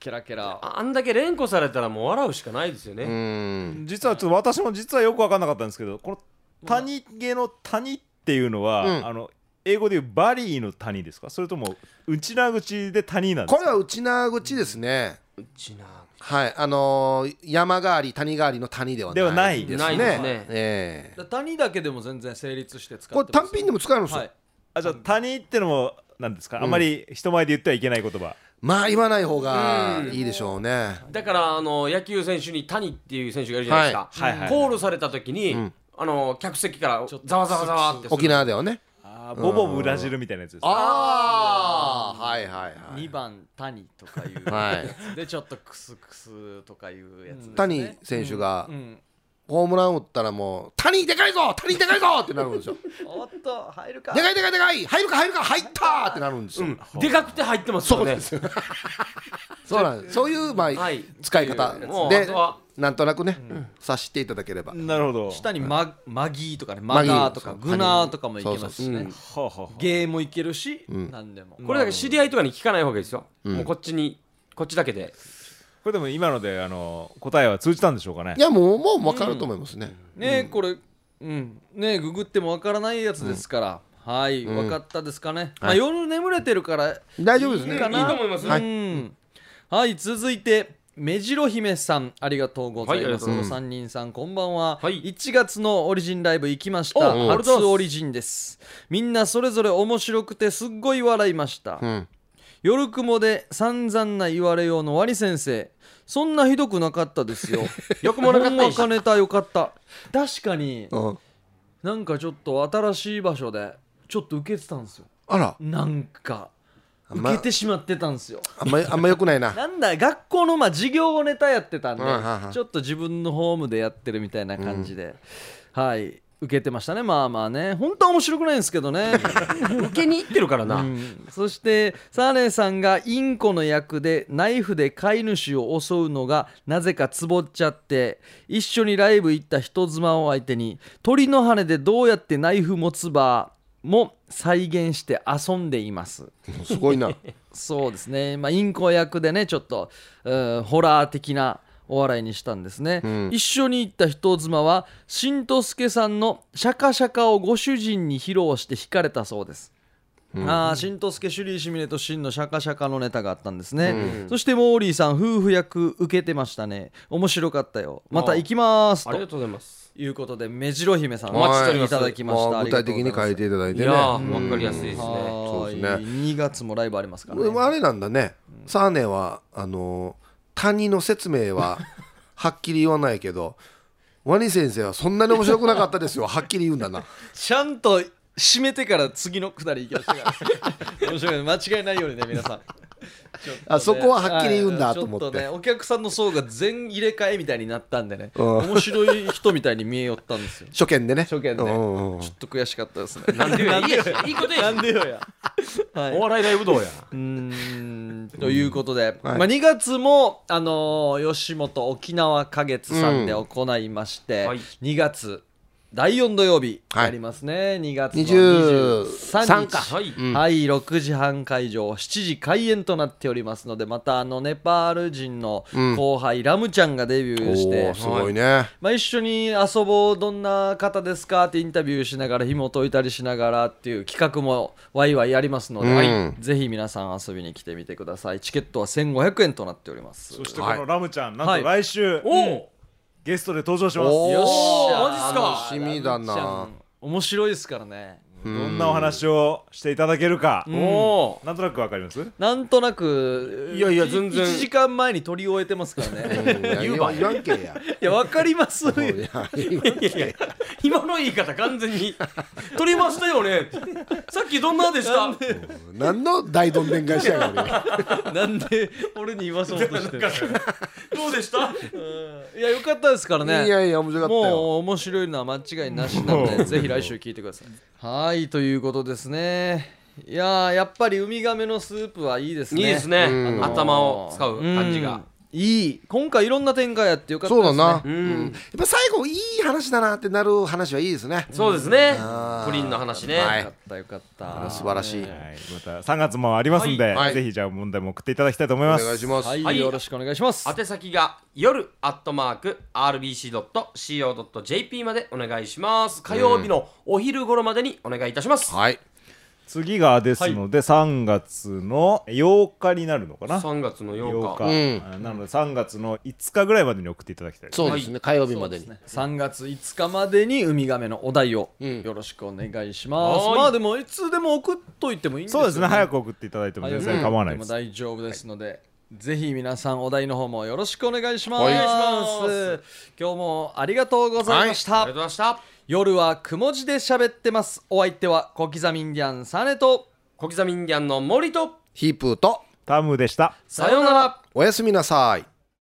Speaker 1: ケラケラ
Speaker 2: あんだけ連呼されたらもう笑うしかないですよ
Speaker 3: うう
Speaker 2: ね
Speaker 3: ん
Speaker 4: 実はちょっと私も実はよく分かんなかったんですけどこの谷毛の谷っていうのは、
Speaker 3: うん
Speaker 4: あの英語でいうバリーの谷ですかそれとも内な口で谷なんで
Speaker 3: こ
Speaker 4: す
Speaker 3: れ
Speaker 4: か。
Speaker 3: は内縄口ですね、
Speaker 2: うちな
Speaker 3: はいあのー山があり谷がありの谷では
Speaker 4: ではな
Speaker 3: ないいですね
Speaker 2: ないですね
Speaker 3: ええ
Speaker 1: 谷だけでも全然成立して使って
Speaker 3: こ
Speaker 1: ま
Speaker 3: れ
Speaker 1: す
Speaker 3: 単品でも使えるんですよ、
Speaker 1: はい
Speaker 4: あじゃあ谷ってのもなんですか、あんまり人前で言ってはいけない言葉。
Speaker 3: まあ言わない方がいいでしょうね。
Speaker 2: だからあの野球選手に谷っていう選手がいるじゃないですか、
Speaker 4: はいはいはい
Speaker 2: コールされた時に、あの客席からざわざわざわってする
Speaker 3: 沖縄ではね。
Speaker 4: あーボボブラジルみたいなやつです。
Speaker 3: ああ、はいはいは
Speaker 1: 2。番谷とかいう
Speaker 3: はい
Speaker 1: やつでちょっとクスクスとかいうやつですね
Speaker 3: 谷選手が
Speaker 1: うん
Speaker 3: ホームラン打ったらもう「谷でかいぞ谷でかいぞ!」ってなるんですよ「
Speaker 1: おっと入るか
Speaker 3: でかいでかいでかい入るか入るか入った!」ってなるんですよ、
Speaker 2: でかくて入ってますよねそうです
Speaker 3: そうなんですそういうまあ、
Speaker 2: はい
Speaker 3: 使い方
Speaker 2: もうあ
Speaker 3: で
Speaker 2: とは
Speaker 3: なんとなくね、察していただければ、
Speaker 4: なるほど
Speaker 1: 下にママギーとかねマガーとか
Speaker 3: マギー
Speaker 1: グナーとかもいけますし
Speaker 3: そう
Speaker 1: ね
Speaker 3: そう
Speaker 4: はあはあはあ
Speaker 1: ゲーもいけるし何でも
Speaker 2: これだけ知り合いとかに聞かない方がいいですよ、もうこっちにこっちだけで
Speaker 4: これでも今のであの答えは通じたんでしょうかね
Speaker 3: いやもうもう分かると思いますね、
Speaker 1: ねこれうんねググってもわからないやつですからはいわかったですかねまあ夜眠れてるから
Speaker 3: 大丈夫ですね
Speaker 1: いいかない
Speaker 2: いと思います
Speaker 1: は
Speaker 3: はいい、
Speaker 1: うんはい、続いて目白姫さんありがとうござい
Speaker 2: はいあり
Speaker 1: ま
Speaker 2: が
Speaker 1: す、
Speaker 2: とうござい
Speaker 1: お
Speaker 2: ます
Speaker 1: 三人さんこんばんは、
Speaker 2: はい
Speaker 1: 1月のオリジンライブ行きました
Speaker 2: お
Speaker 1: 初オリジンですみんなそれぞれ面白くてすっごい笑いました、
Speaker 3: ん
Speaker 1: 夜雲で散々な言われようのワリ先生そんなひどくなかったですよ
Speaker 2: よくもなかった
Speaker 1: ほんわかネタよかった確かに
Speaker 3: うん
Speaker 1: なんかちょっと新しい場所でちょっと受けてたんですよ
Speaker 3: あら
Speaker 1: なんか
Speaker 3: あん
Speaker 1: 受
Speaker 3: ま
Speaker 1: けてしまってたんですよ
Speaker 3: あんまあんまよくないな
Speaker 1: なんだ学校のまあ授業ネタやってたんで、
Speaker 3: うんうんうん
Speaker 1: ちょっと自分のホームでやってるみたいな感じで、はい受けてましたねまあまあね本当は面白くないんですけどね、
Speaker 2: 受けに行ってるから
Speaker 1: う
Speaker 2: な、
Speaker 1: んそしてサーレンさんがインコの役でナイフで飼い主を襲うのがなぜかつぼっちゃって一緒にライブ行った人妻を相手に鳥の羽でどうやってナイフ持つばも再現して遊んでいます
Speaker 3: すごいな
Speaker 1: そうですね、まあ、インコ役でねちょっと、うんホラー的なお笑いにしたんですね、一緒に行った人妻は新とすけさんの「シャカシャカ」をご主人に披露して惹かれたそうです、ああ新とすけシュリーシミネと新のシャカシャカのネタがあったんですね、そしてモーリーさん夫婦役受けてましたね面白かったよまた行きます
Speaker 2: ありが
Speaker 1: と
Speaker 2: とうございます
Speaker 1: いうことで目白姫さん
Speaker 2: お待ちしており
Speaker 1: い
Speaker 2: ます
Speaker 1: ただきまし
Speaker 3: も
Speaker 1: た
Speaker 3: う具体的に書いていただい
Speaker 2: い
Speaker 3: てね
Speaker 2: やー分かりやすいですね
Speaker 1: はーい
Speaker 3: そうです
Speaker 1: 2月もライブありますからね
Speaker 3: でもあれなんだね、サーネはあの谷の説明ははっきり言わないけどワニ先生はそんなに面白くなかったですよはっきり言うんだな
Speaker 1: ちゃんと締めてから次のくだり行きましたから。面白いね間違いないようにね、皆さん。ちょっとね
Speaker 3: あそこははっきり言うんだと思って
Speaker 1: はいちょっとね、お客さんの層が全入れ替えみたいになったんでね、
Speaker 3: うん
Speaker 1: 面白い人みたいに見えよったんですよ。
Speaker 3: 初見でね
Speaker 1: 初見で、
Speaker 3: うんうんうん
Speaker 1: ちょっと悔しかったですね。
Speaker 2: なんでよいいやいいことや
Speaker 1: なんで よや。はい
Speaker 2: お笑いライブどうや
Speaker 1: うーんということで、
Speaker 3: はい
Speaker 1: まあ、2月も、あのー吉本沖縄花月さんで行いまして、
Speaker 2: うんはい
Speaker 1: 2月第4土曜日
Speaker 3: はい
Speaker 1: ありますね、2月の
Speaker 3: 23
Speaker 1: 23日
Speaker 3: か
Speaker 2: はい、
Speaker 1: はい、6時半会場7時開演となっておりますのでまたあのネパール人の後輩、ラムちゃんがデビュ
Speaker 3: お
Speaker 1: ーして
Speaker 3: ーすごいね
Speaker 1: まあ、一緒に遊ぼうどんな方ですかってインタビューしながら紐解いたりしながらっていう企画もワイワイやりますので、
Speaker 3: うん
Speaker 1: はいぜひ皆さん遊びに来てみてくださいチケットは1500円となっております
Speaker 4: そしてこのラムちゃん、な
Speaker 1: は
Speaker 4: ん
Speaker 1: い
Speaker 4: と来週、
Speaker 2: お
Speaker 4: ゲストで登場します
Speaker 3: おー
Speaker 1: よっしゃ
Speaker 2: マジっすか
Speaker 3: 楽しみ
Speaker 1: ラ
Speaker 3: だな
Speaker 1: ムちゃん面白いですからね
Speaker 4: どんなお話をしていただけるか、
Speaker 2: おお
Speaker 4: なんとなくわかります
Speaker 1: なんとなく
Speaker 2: いやいや全然
Speaker 1: 1時間前に撮り終えてますから ね
Speaker 3: 言わ言わんけや
Speaker 1: いやわかりますよ
Speaker 3: いや言わん
Speaker 2: いやいや今の言い方完全に取りましたよねさっきどんなでし
Speaker 1: な
Speaker 2: た
Speaker 1: んで
Speaker 3: 何の大どんでん返しやがるね
Speaker 1: なんで俺に言わそうとしてる
Speaker 2: どうでした
Speaker 1: いやよかったですからね
Speaker 3: いやいや面白かったよ
Speaker 1: もう面白いのは間違いなしなのでぜひ来週聞いてくださいはいということですねいやーやっぱりウミガメのスープはいいですね
Speaker 2: いいですね、
Speaker 3: うん
Speaker 2: 頭を使う感じが、
Speaker 1: うんいい今回いろんな展開やってよかった
Speaker 3: そ
Speaker 1: で
Speaker 3: う
Speaker 1: すね
Speaker 3: だな、
Speaker 2: ん
Speaker 3: うんやっぱ最後いい話だなってなる話はいいですね
Speaker 2: そうですね
Speaker 3: あー
Speaker 2: プリンの話ね、
Speaker 3: はい
Speaker 1: よかったよかった
Speaker 3: 素晴らしい
Speaker 4: はい、また3月もありますんで、
Speaker 3: はい
Speaker 4: ぜひじゃあ問題も送っていただきたいと思い
Speaker 3: お
Speaker 4: ます。
Speaker 3: 願いします、
Speaker 1: はい、
Speaker 2: はい
Speaker 1: よろしくお願いします
Speaker 2: 宛先が夜アットマーク RBC.CO.JP までお願いします火曜日のお昼頃までにお願いいたします、
Speaker 3: はい
Speaker 4: 次がですので、3月の8日になるのかな
Speaker 2: 3月の8日
Speaker 4: 8日、あなので3月の5日ぐらいまでに送っていただきたいです
Speaker 3: そうですね、火曜日までに
Speaker 1: 3月5日までにウミガメのお題を
Speaker 3: ん
Speaker 1: よろしくお願いします、
Speaker 2: はーい
Speaker 1: まあでもいつでも送っといてもいいんですよ
Speaker 4: そうですね早く送っていただいても
Speaker 1: はい
Speaker 4: 全然構わないです、
Speaker 1: でも大丈夫ですので、ぜひ皆さんお題の方もよろしくお願いします。
Speaker 3: お願
Speaker 2: いし
Speaker 1: 今日もありがとうございました。
Speaker 2: ありがとうございました
Speaker 1: 夜はくも字で喋ってます。お相手は小刻みインディアンサネと
Speaker 2: 小刻みインディアンの森と
Speaker 3: ヒープーと
Speaker 4: タムでした
Speaker 2: さようなら
Speaker 3: おやすみなさい